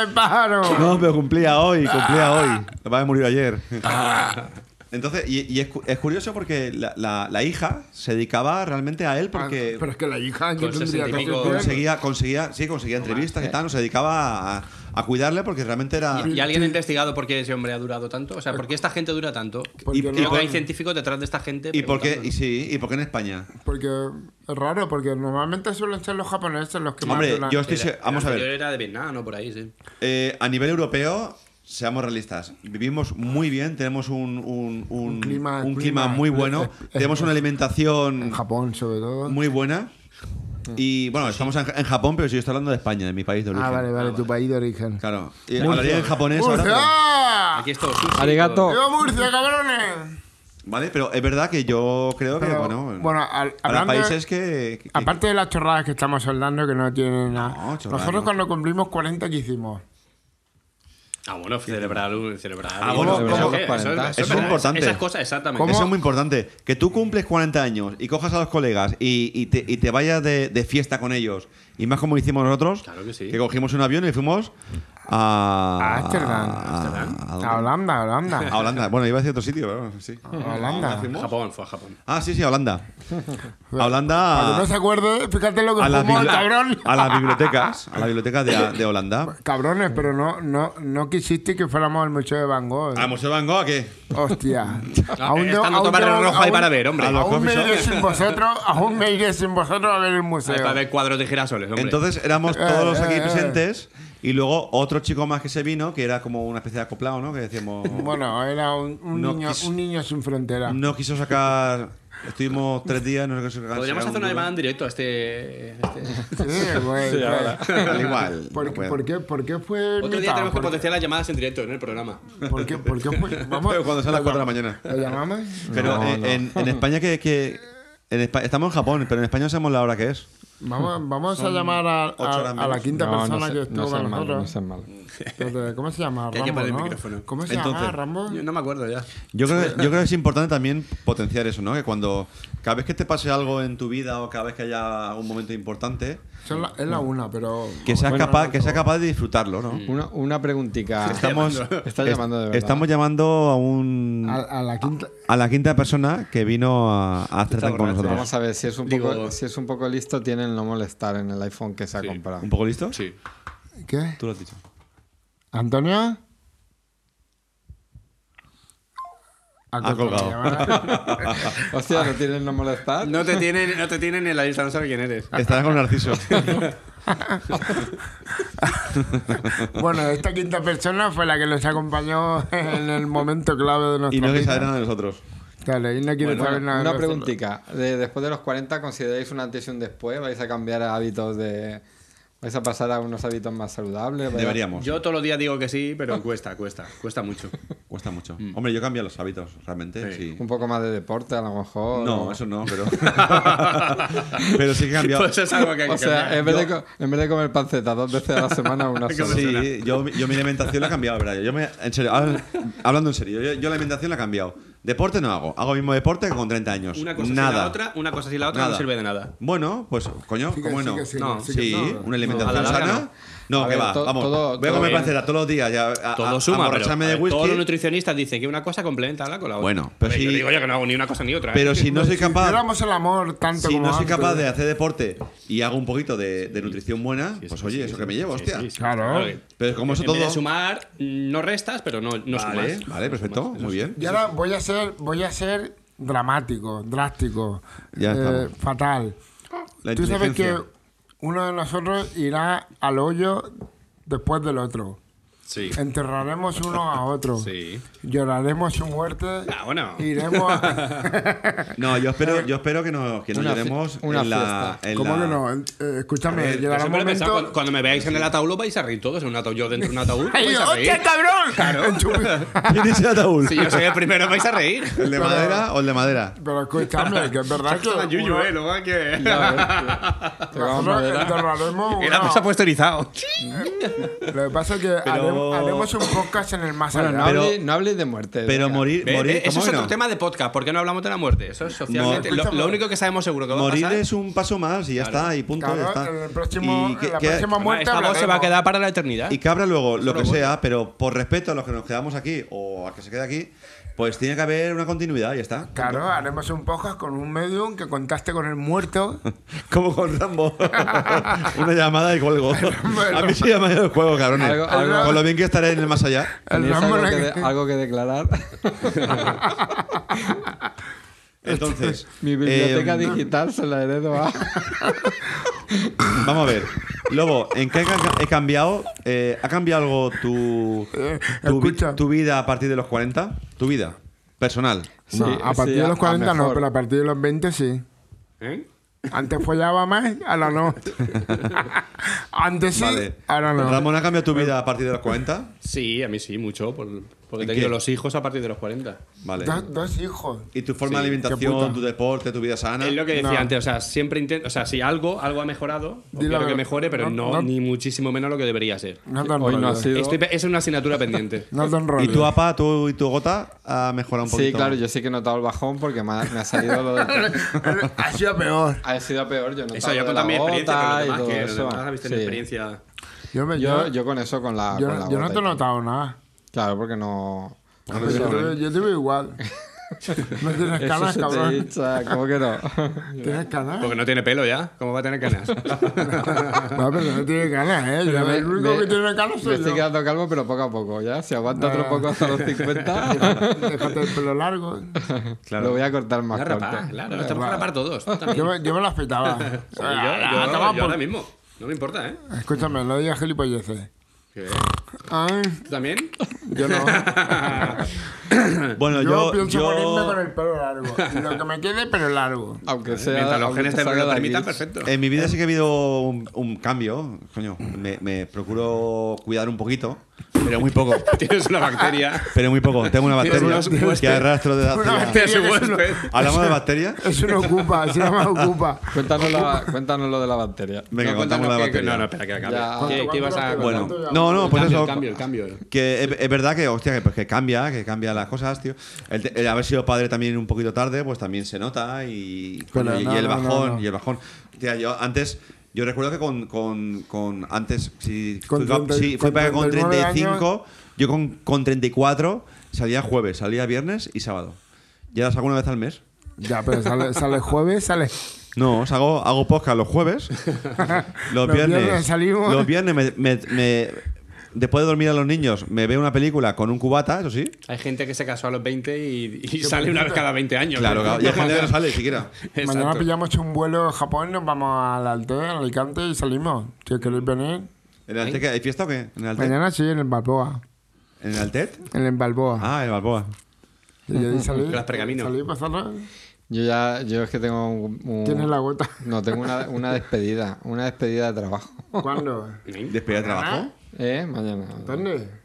[SPEAKER 4] año.
[SPEAKER 5] ¡Ay, pájaro!
[SPEAKER 3] No, pero cumplía hoy, cumplía hoy. Acaba de morir ayer. Entonces, y, y es, cu- es curioso porque la, la- la hija se dedicaba realmente a él porque
[SPEAKER 5] Pero es que la hija yo
[SPEAKER 4] Con
[SPEAKER 5] tendría
[SPEAKER 4] 60 y pico-
[SPEAKER 5] que
[SPEAKER 3] conseguía, conseguía, sí, conseguía entrevistas y tal, no se dedicaba a, a cuidarle porque realmente era...
[SPEAKER 4] ¿Y alguien ha investigado por qué ese hombre ha durado tanto? O sea, ¿por qué esta gente dura tanto?
[SPEAKER 5] Porque
[SPEAKER 4] Y
[SPEAKER 5] no-
[SPEAKER 4] creo que hay científicos detrás de esta gente.
[SPEAKER 3] ¿Y por qué, y
[SPEAKER 4] preguntándonos.
[SPEAKER 3] sí, ¿y por qué en España?
[SPEAKER 5] Porque es raro, porque normalmente suelen ser los japoneses los que más
[SPEAKER 3] Hombre,
[SPEAKER 5] duran.
[SPEAKER 3] yo estoy...
[SPEAKER 4] Era-
[SPEAKER 3] se- Vamos a
[SPEAKER 4] el
[SPEAKER 3] ver.
[SPEAKER 4] anterior era de Vietnam o por ahí, sí.
[SPEAKER 3] Eh, a nivel europeo, seamos realistas, vivimos muy bien, tenemos un, un- un- un clima,
[SPEAKER 5] clima- clima-
[SPEAKER 3] muy bueno, tenemos una alimentación
[SPEAKER 5] En Japón, sobre todo.
[SPEAKER 3] muy buena. Y bueno, estamos en, en Japón, pero si yo estoy hablando de España, de mi país de origen.
[SPEAKER 5] Ah, vale, vale, tu país de origen.
[SPEAKER 3] Claro. Y hablaría en japonés ahora,
[SPEAKER 5] ¡Murcia!
[SPEAKER 3] pero-
[SPEAKER 4] Aquí es todo sushi,
[SPEAKER 1] Arigato.
[SPEAKER 4] todo-
[SPEAKER 5] ¡Viva Murcia, cabrones!
[SPEAKER 3] Vale, pero es verdad que yo creo que,
[SPEAKER 5] Pero,
[SPEAKER 3] bueno.
[SPEAKER 5] bueno, al-
[SPEAKER 3] habrá
[SPEAKER 5] hablando-
[SPEAKER 3] países que. que-
[SPEAKER 5] Aparte de las chorradas que estamos hablando, que no tienen nada.
[SPEAKER 3] No, chorradas,
[SPEAKER 5] Nosotros
[SPEAKER 3] no.
[SPEAKER 5] cuando cumplimos 40, ¿qué hicimos?
[SPEAKER 4] Ah, bueno, celebrar un. Celebrar.
[SPEAKER 3] Ah, bueno,
[SPEAKER 4] Eso-
[SPEAKER 3] pero-
[SPEAKER 4] eso-
[SPEAKER 1] los
[SPEAKER 4] eso-
[SPEAKER 1] 40.
[SPEAKER 4] eso-
[SPEAKER 3] Eso es importante.
[SPEAKER 4] Esas cosas, exactamente.
[SPEAKER 3] Eso es muy importante. Que tú cumples 40 años y cojas a los colegas y, y te, y te vayas de, de fiesta con ellos. Y más como hicimos nosotros.
[SPEAKER 4] Claro que sí.
[SPEAKER 3] cogimos un avión y fuimos a.
[SPEAKER 5] A Ámsterdam.
[SPEAKER 3] ¿A, dónde?
[SPEAKER 5] A Holanda, a Holanda.
[SPEAKER 3] A Holanda. Bueno, iba a decir otro sitio, pero sí.
[SPEAKER 5] A Holanda.
[SPEAKER 3] fuimos?
[SPEAKER 4] Japón, fue a Japón.
[SPEAKER 3] Ah, sí, sí, a Holanda. A
[SPEAKER 5] Para
[SPEAKER 3] Holanda.
[SPEAKER 5] que no se acuerde, fíjate lo que
[SPEAKER 3] a las
[SPEAKER 5] fuimos,
[SPEAKER 3] bibli-
[SPEAKER 5] cabrón.
[SPEAKER 3] a las bibliotecas, a la biblioteca de, de Holanda.
[SPEAKER 5] Cabrones, pero no, no, no quisiste que fuéramos al Museo de Van Gogh.
[SPEAKER 3] ¿A Museo Van Gogh a qué?
[SPEAKER 5] Hostia.
[SPEAKER 4] Ah, estando todo barrio rojo ahí para ver, hombre.
[SPEAKER 3] A los
[SPEAKER 5] Aún me
[SPEAKER 3] coffee
[SPEAKER 5] iré
[SPEAKER 3] shop.
[SPEAKER 5] sin vosotros, aún me iré sin vosotros a ver el
[SPEAKER 4] Ahí
[SPEAKER 5] museo.
[SPEAKER 4] para ver cuadros de girasoles, hombre.
[SPEAKER 3] Entonces éramos todos los
[SPEAKER 5] eh,
[SPEAKER 3] aquí
[SPEAKER 5] eh.
[SPEAKER 3] presentes y luego otro chico más que se vino, que era como una especie de acoplado, ¿no? Que decíamos...
[SPEAKER 5] Bueno, era un, un
[SPEAKER 3] No
[SPEAKER 5] niño,
[SPEAKER 3] quis-
[SPEAKER 5] un niño sin frontera.
[SPEAKER 3] No quiso sacar Estuvimos tres días, no sé qué
[SPEAKER 4] Podríamos hacer una llamada en directo a este. este-
[SPEAKER 5] Sí, güey, güey.
[SPEAKER 3] Al igual.
[SPEAKER 5] ¿Por,
[SPEAKER 3] no
[SPEAKER 5] qué-
[SPEAKER 3] puedo.
[SPEAKER 5] por qué, por qué fue
[SPEAKER 4] Otro día
[SPEAKER 5] invitado?
[SPEAKER 4] tenemos que
[SPEAKER 5] ¿Por,
[SPEAKER 4] potenciar las llamadas en directo en el programa.
[SPEAKER 5] por qué, por qué fue? Vamos,
[SPEAKER 3] Pero cuando son las 4 de la mañana.
[SPEAKER 5] ¿Lo llamamos?
[SPEAKER 3] Pero
[SPEAKER 1] No,
[SPEAKER 3] eh,
[SPEAKER 1] no.
[SPEAKER 3] En, en España que... que- en Espa- estamos en Japón, pero en España no sabemos la hora que es.
[SPEAKER 5] Vamos, vamos a llamar a, a-
[SPEAKER 3] ocho horas
[SPEAKER 5] a la
[SPEAKER 3] menos.
[SPEAKER 5] quinta
[SPEAKER 1] No,
[SPEAKER 5] persona
[SPEAKER 1] no, sé-
[SPEAKER 5] que
[SPEAKER 1] no
[SPEAKER 5] estuvo
[SPEAKER 1] seas malo,
[SPEAKER 5] con
[SPEAKER 1] no
[SPEAKER 5] nosotros.
[SPEAKER 1] seas malo.
[SPEAKER 5] Espérate, ¿Cómo se llama?
[SPEAKER 4] Ya hay que
[SPEAKER 5] Rambo,
[SPEAKER 4] parar el
[SPEAKER 5] ¿no?
[SPEAKER 4] micrófono.
[SPEAKER 5] ¿Cómo se llama
[SPEAKER 3] Entonces,
[SPEAKER 5] Rambo?
[SPEAKER 4] Yo no me acuerdo ya.
[SPEAKER 3] Yo creo, yo creo que es importante también potenciar eso, ¿no? Que cuando cada vez que te pase algo en tu vida o cada vez que haya un momento importante,
[SPEAKER 5] Son la- es la una, pero.
[SPEAKER 3] que seas
[SPEAKER 1] Bueno,
[SPEAKER 3] capaz, que seas capaz de disfrutarlo, ¿no?
[SPEAKER 1] Una, una preguntica.
[SPEAKER 3] Estamos,
[SPEAKER 1] Está llamando de verdad. Ah.
[SPEAKER 3] estamos llamando a
[SPEAKER 5] A,
[SPEAKER 3] un
[SPEAKER 5] a la quinta.
[SPEAKER 3] a la quinta persona que vino a, a hacer tren con
[SPEAKER 4] borracho.
[SPEAKER 3] nosotros.
[SPEAKER 1] Vamos a ver si es un poco,
[SPEAKER 4] Digo-
[SPEAKER 1] si es un poco listo tiene el no molestar en el iPhone que se ha comprado.
[SPEAKER 3] ¿Un poco listo?
[SPEAKER 4] Sí.
[SPEAKER 5] ¿Qué?
[SPEAKER 3] Tú lo has dicho.
[SPEAKER 5] ¿Antonio? Ha
[SPEAKER 3] Ha colgado.
[SPEAKER 5] la llamada.
[SPEAKER 1] Hostia, no tiene el no molestar.
[SPEAKER 4] No te tienen, no te tienen en la lista, no sabe quién eres.
[SPEAKER 3] Estarás con Narciso.
[SPEAKER 5] bueno, esta quinta persona fue la que nos acompañó en el momento clave de nuestra
[SPEAKER 3] y no que
[SPEAKER 5] vida.
[SPEAKER 3] saber nada de nosotros.
[SPEAKER 5] Dale, y no quiere
[SPEAKER 1] Bueno,
[SPEAKER 5] saber nada de
[SPEAKER 1] una
[SPEAKER 5] nosotros.
[SPEAKER 1] preguntica. De- después de los 40, ¿consideráis un antes y un después? ¿Vais a cambiar a hábitos de... ¿Vais a pasar a unos hábitos más saludables? ¿Vais a-
[SPEAKER 3] Deberíamos.
[SPEAKER 4] Yo todos los días digo que sí, pero cuesta, cuesta, cuesta mucho.
[SPEAKER 3] Cuesta mucho. Hombre, yo cambio los hábitos, realmente. Mm. Sí.
[SPEAKER 1] Un poco más de deporte, a lo mejor.
[SPEAKER 3] No,
[SPEAKER 1] o-
[SPEAKER 3] eso no, pero. pero sí que he cambiado.
[SPEAKER 4] Pues es algo que hay que
[SPEAKER 1] O sea,
[SPEAKER 4] cambiar.
[SPEAKER 1] en vez, de, co- en vez de comer panceta dos veces a la semana, una sola.
[SPEAKER 3] Sí, yo, yo mi alimentación la he cambiado, ¿verdad? Yo me, en serio, ahora- hablando en serio, yo, yo la alimentación la he cambiado. Deporte no hago. Hago el mismo deporte que con 30 años.
[SPEAKER 4] Una cosa
[SPEAKER 3] eh, Nada.
[SPEAKER 4] sin la otra, una cosa sin la otra
[SPEAKER 3] Nada.
[SPEAKER 4] no sirve de nada.
[SPEAKER 3] Bueno, pues, coño,
[SPEAKER 5] Sí que-
[SPEAKER 3] ¿cómo
[SPEAKER 5] sí
[SPEAKER 3] no?
[SPEAKER 5] que sí,
[SPEAKER 4] No,
[SPEAKER 5] sí que
[SPEAKER 3] Sí,
[SPEAKER 5] sí.
[SPEAKER 3] una alimentación
[SPEAKER 4] No, a la larga
[SPEAKER 3] sana.
[SPEAKER 1] A
[SPEAKER 3] No, que
[SPEAKER 1] ver,
[SPEAKER 3] va,
[SPEAKER 1] to-
[SPEAKER 3] vamos.
[SPEAKER 1] todo-
[SPEAKER 3] voy a comer
[SPEAKER 1] todo-
[SPEAKER 3] panceta todos los días, ya, a, a-
[SPEAKER 4] Todo
[SPEAKER 3] a
[SPEAKER 4] suma, pero
[SPEAKER 3] emborracharme
[SPEAKER 4] a ver,
[SPEAKER 3] de
[SPEAKER 4] todos los
[SPEAKER 3] whisky.
[SPEAKER 4] nutricionistas dicen que una cosa complementa la con la otra.
[SPEAKER 3] Bueno, pero
[SPEAKER 4] Hombre, yo
[SPEAKER 3] sí-
[SPEAKER 4] digo yo que no hago ni una cosa ni otra. ¿eh?
[SPEAKER 3] Pero si no soy
[SPEAKER 5] Si
[SPEAKER 3] capaz,
[SPEAKER 5] tuviéramos el amor tanto
[SPEAKER 3] si
[SPEAKER 5] como
[SPEAKER 3] no soy
[SPEAKER 5] antes. ¿eh?
[SPEAKER 3] capaz de hacer deporte y hago un poquito de, de nutrición buena, pues oye, eso que me llevo, hostia.
[SPEAKER 5] Claro.
[SPEAKER 3] Pero como eso
[SPEAKER 4] en vez de
[SPEAKER 3] todo.
[SPEAKER 4] sumar, no restas, pero no, no
[SPEAKER 3] Vale,
[SPEAKER 4] sumas.
[SPEAKER 3] vale, perfecto, muy bien.
[SPEAKER 5] Y ahora voy a ser, voy a ser dramático, drástico,
[SPEAKER 3] Ya
[SPEAKER 5] eh,
[SPEAKER 3] estamos.
[SPEAKER 5] fatal.
[SPEAKER 3] La
[SPEAKER 5] Tú sabes que
[SPEAKER 3] inteligencia.
[SPEAKER 5] uno de nosotros irá al hoyo después del otro.
[SPEAKER 4] Sí.
[SPEAKER 5] Enterraremos uno a otro.
[SPEAKER 4] Sí.
[SPEAKER 5] Lloraremos un muerte.
[SPEAKER 4] Ah, bueno.
[SPEAKER 5] Iremos.
[SPEAKER 3] No, yo espero, yo espero que nos que nos
[SPEAKER 1] Una fie-
[SPEAKER 3] llevemos
[SPEAKER 1] una
[SPEAKER 3] en la. en
[SPEAKER 5] ¿Cómo
[SPEAKER 3] la-
[SPEAKER 5] que no? Eh, escúchame,
[SPEAKER 4] Pero
[SPEAKER 5] llegará un
[SPEAKER 4] siempre he pensado,
[SPEAKER 5] momento.
[SPEAKER 4] cuando, cuando me veáis en el ataúd, lo vais a reír todos. En un ataúd, yo dentro de un ataúd.
[SPEAKER 5] ¡Ay,
[SPEAKER 4] vais a reír.
[SPEAKER 5] ¡Hostia, cabrón! Enchufe-
[SPEAKER 3] ¿Quién es el ataúd?
[SPEAKER 4] Si yo soy el primero, vais a reír.
[SPEAKER 3] ¿El de madera o el de madera?
[SPEAKER 5] Pero escúchame, que es verdad que. uno-
[SPEAKER 4] Luego ¿eh? que.
[SPEAKER 5] Nosotros enterraremos
[SPEAKER 4] Era
[SPEAKER 5] una-
[SPEAKER 4] pues posterizado.
[SPEAKER 5] Lo que pasa es que haremos, haremos un podcast en el más
[SPEAKER 1] Bueno, no,
[SPEAKER 5] allá.
[SPEAKER 3] Pero-
[SPEAKER 1] hable- no habléis de muerte.
[SPEAKER 3] Pero
[SPEAKER 1] venga.
[SPEAKER 3] morir.
[SPEAKER 4] Ve,
[SPEAKER 3] morir
[SPEAKER 4] ve, eso
[SPEAKER 3] ¿cómo
[SPEAKER 4] es
[SPEAKER 3] que
[SPEAKER 4] otro
[SPEAKER 3] no?
[SPEAKER 4] tema de podcast. ¿Por qué no hablamos de la muerte? Eso es socialmente.
[SPEAKER 5] Mo-
[SPEAKER 4] lo, lo único que sabemos seguro que va
[SPEAKER 3] Morir
[SPEAKER 4] a pasar.
[SPEAKER 3] es un paso más y ya está, y punto.
[SPEAKER 5] Claro,
[SPEAKER 3] ya está.
[SPEAKER 5] en el próximo-
[SPEAKER 3] y,
[SPEAKER 5] en la
[SPEAKER 3] que-
[SPEAKER 5] próxima
[SPEAKER 3] que-
[SPEAKER 5] muerte
[SPEAKER 4] Esta voz se va a
[SPEAKER 5] hablaremos.
[SPEAKER 4] quedar para la eternidad.
[SPEAKER 3] y que habrá luego lo que sea, pero por respeto a los que nos quedamos aquí o a que se quede aquí, pues tiene que haber una continuidad y ya está.
[SPEAKER 5] Claro, haremos un podcast con un medium que contaste con el muerto.
[SPEAKER 3] Como con Rambo. una llamada y cuelgo. a mí se llama el juego, cabrones.
[SPEAKER 1] Algo- algo-
[SPEAKER 3] Con lo bien que estaré en el más allá.
[SPEAKER 5] El
[SPEAKER 1] ¿Tenéis
[SPEAKER 5] Rambo
[SPEAKER 1] algo,
[SPEAKER 5] le-
[SPEAKER 1] que de- algo que declarar?
[SPEAKER 3] Entonces.
[SPEAKER 1] Mi biblioteca
[SPEAKER 3] eh,
[SPEAKER 1] digital se la heredo a...
[SPEAKER 3] Vamos a ver. Lobo, ¿en qué ca- he cambiado? Eh, ¿Ha cambiado algo tu, tu, vi-
[SPEAKER 5] Eh, escucha.
[SPEAKER 3] tu vida a partir de los 40? ¿Tu vida? Personal.
[SPEAKER 1] Sí,
[SPEAKER 5] No, a
[SPEAKER 1] sí,
[SPEAKER 5] partir de
[SPEAKER 1] a-
[SPEAKER 5] los 40
[SPEAKER 1] a
[SPEAKER 5] no,
[SPEAKER 1] mejor.
[SPEAKER 5] pero a partir de los 20 sí.
[SPEAKER 4] ¿Eh?
[SPEAKER 5] Antes follaba más, ahora no. Antes sí,
[SPEAKER 3] Vale.
[SPEAKER 5] ahora no.
[SPEAKER 3] Ramón, ¿ha cambiado tu vida a partir de los 40?
[SPEAKER 4] Sí, a mí sí, mucho. por- porque he
[SPEAKER 3] ¿En
[SPEAKER 4] tenido
[SPEAKER 3] qué?
[SPEAKER 4] los hijos a partir de los 40.
[SPEAKER 3] Vale.
[SPEAKER 5] Dos, dos hijos.
[SPEAKER 3] ¿Y tu forma de
[SPEAKER 5] qué puta.
[SPEAKER 3] alimentación, tu deporte, tu vida sana?
[SPEAKER 4] Es lo que decía
[SPEAKER 5] No.
[SPEAKER 4] antes, o sea, siempre intento, o sea, si algo, algo ha mejorado, o
[SPEAKER 5] Di la
[SPEAKER 4] quiero que
[SPEAKER 5] verdad.
[SPEAKER 4] mejore, pero
[SPEAKER 5] No,
[SPEAKER 4] no,
[SPEAKER 5] no.
[SPEAKER 4] ni muchísimo menos lo que debería ser.
[SPEAKER 5] No te
[SPEAKER 1] Hoy no ha
[SPEAKER 5] enrolles.
[SPEAKER 1] sido-
[SPEAKER 4] Estoy pe- es una asignatura pendiente.
[SPEAKER 5] No te
[SPEAKER 3] ¿Y
[SPEAKER 5] enrolles.
[SPEAKER 3] tu APA, tú y tu gota ha mejorado un poquito?
[SPEAKER 1] Sí, claro, yo sí que he notado el bajón porque me ha, me ha salido lo de...
[SPEAKER 5] ha sido peor.
[SPEAKER 1] Ha sido peor, yo no
[SPEAKER 4] Eso yo contaba mi experiencia, pero lo demás, que lo demás habéis tenido
[SPEAKER 1] Sí.
[SPEAKER 4] experiencia.
[SPEAKER 5] Yo, me-
[SPEAKER 1] Yo,
[SPEAKER 5] yo,
[SPEAKER 1] yo con eso, con la.
[SPEAKER 5] yo-
[SPEAKER 1] con la
[SPEAKER 5] yo no
[SPEAKER 1] bota
[SPEAKER 5] te he
[SPEAKER 1] y tal.
[SPEAKER 5] notado nada.
[SPEAKER 1] Claro, porque no.
[SPEAKER 5] Pero yo, te veo- yo te veo igual. No tienes
[SPEAKER 1] Eso
[SPEAKER 5] canas,
[SPEAKER 1] se te
[SPEAKER 5] cabrón.
[SPEAKER 1] hincha, ¿Cómo que no?
[SPEAKER 5] ¿Tienes canas?
[SPEAKER 4] Porque no tiene pelo ya, ¿cómo va a tener canas?
[SPEAKER 5] No, pero no tiene ganas, ¿eh? Yo-
[SPEAKER 1] me-
[SPEAKER 5] el único
[SPEAKER 1] me-
[SPEAKER 5] que tiene ganas
[SPEAKER 1] me
[SPEAKER 5] soy
[SPEAKER 1] estoy
[SPEAKER 5] yo. Ah.
[SPEAKER 1] quedando calvo, pero poco a poco, ¿ya? Si aguanta otro poco hasta los 50,
[SPEAKER 5] Déjate el pelo largo.
[SPEAKER 1] lo voy a cortar más
[SPEAKER 4] Una rapá,
[SPEAKER 1] corto.
[SPEAKER 4] claro, estamos a rapar todos. tú también.
[SPEAKER 5] Yo me, yo me lo afeitaba.
[SPEAKER 4] Sí,
[SPEAKER 5] Ah,
[SPEAKER 4] yo, yo- yo ahora mismo, no me importa, ¿eh?
[SPEAKER 5] Escúchame, no digas gilipolleces.
[SPEAKER 4] ¿Qué?
[SPEAKER 5] Ay,
[SPEAKER 4] ¿Tú también?
[SPEAKER 5] Yo no.
[SPEAKER 3] Bueno,
[SPEAKER 5] Yo,
[SPEAKER 3] yo.
[SPEAKER 5] pienso
[SPEAKER 3] yo-
[SPEAKER 5] ponerme con el pelo largo. Lo que me quede, pero largo.
[SPEAKER 1] Aunque sea.
[SPEAKER 4] Mientras los
[SPEAKER 1] aunque
[SPEAKER 4] genes te
[SPEAKER 1] salga
[SPEAKER 4] lo
[SPEAKER 1] de
[SPEAKER 4] permitan,
[SPEAKER 1] aquí.
[SPEAKER 4] perfecto.
[SPEAKER 3] En mi vida sí que ha habido un, un cambio, coño. Me, me procuro cuidar un poquito, pero muy poco.
[SPEAKER 4] Tienes una bacteria.
[SPEAKER 3] Pero muy poco. Tengo una
[SPEAKER 4] Tienes
[SPEAKER 3] bacteria
[SPEAKER 4] unos huestes.
[SPEAKER 3] que arrastro de
[SPEAKER 5] Una
[SPEAKER 3] hace.
[SPEAKER 5] bacteria.
[SPEAKER 4] Tienes un
[SPEAKER 5] Tienes una-
[SPEAKER 4] huésped.
[SPEAKER 3] Hablamos de bacterias.
[SPEAKER 5] Eso no ocupa, se llama ocupa.
[SPEAKER 1] Cuéntanos, la- cuéntanos lo de la bacteria.
[SPEAKER 3] Venga,
[SPEAKER 4] No,
[SPEAKER 3] contamos
[SPEAKER 4] cuéntanos
[SPEAKER 3] la
[SPEAKER 4] que- que-
[SPEAKER 3] bacteria.
[SPEAKER 4] No, no, espera, que acabe.
[SPEAKER 1] Ya.
[SPEAKER 4] ¿Qué, qué ibas a
[SPEAKER 3] Bueno,
[SPEAKER 4] contar?
[SPEAKER 3] no, no, pues
[SPEAKER 4] El
[SPEAKER 3] eso.
[SPEAKER 4] cambio, el cambio, el cambio.
[SPEAKER 3] Que es, es verdad que, hostia, que, pues que cambia, que cambia las cosas, tío. El, te- el haber sido padre también un poquito tarde, pues también se nota y,
[SPEAKER 5] Pero
[SPEAKER 3] coño, y- y
[SPEAKER 5] no,
[SPEAKER 3] el
[SPEAKER 5] no,
[SPEAKER 3] bajón,
[SPEAKER 5] no, no.
[SPEAKER 3] y el bajón. Hostia, yo antes, yo recuerdo que con, con, con antes, si
[SPEAKER 5] Con
[SPEAKER 3] fui, pa-
[SPEAKER 5] 30
[SPEAKER 3] sí, fui
[SPEAKER 5] con
[SPEAKER 3] para con
[SPEAKER 5] 39
[SPEAKER 3] 35, yo con, con 34 salía jueves, salía viernes y sábado. ¿Ya las hago una vez al mes?
[SPEAKER 5] Ya, pero sale, sale jueves, sale.
[SPEAKER 3] No, os hago, hago podcast los jueves. Los,
[SPEAKER 5] Los
[SPEAKER 3] viernes,
[SPEAKER 5] viernes salimos.
[SPEAKER 3] Los viernes me, me- me- después de dormir a los niños, me veo una película con un cubata, eso sí.
[SPEAKER 4] Hay gente que se casó a los 20 y, y sale una vez cada 20 años.
[SPEAKER 3] Claro, claro. Y hay gente que no sale ni siquiera.
[SPEAKER 5] Mañana pillamos un vuelo a Japón, nos vamos al Alte, al Alicante y salimos. Si queréis venir.
[SPEAKER 3] ¿En el Altec hay fiesta o qué? ¿En el Altec?
[SPEAKER 5] Mañana sí, en el Balboa.
[SPEAKER 3] ¿En el Altet?
[SPEAKER 5] En el Balboa.
[SPEAKER 3] Ah, en Balboa.
[SPEAKER 5] Y ahí salí.
[SPEAKER 4] Con las pergaminos.
[SPEAKER 5] Salí, vosotros.
[SPEAKER 1] Yo ya. Yo es que tengo un. un-
[SPEAKER 5] Tienes la gota.
[SPEAKER 1] No, tengo una, una despedida. Una despedida de trabajo.
[SPEAKER 5] ¿Cuándo? ¿Ah?
[SPEAKER 3] ¿Despedida de trabajo?
[SPEAKER 1] ¿Eh? Mañana.
[SPEAKER 5] ¿Dónde?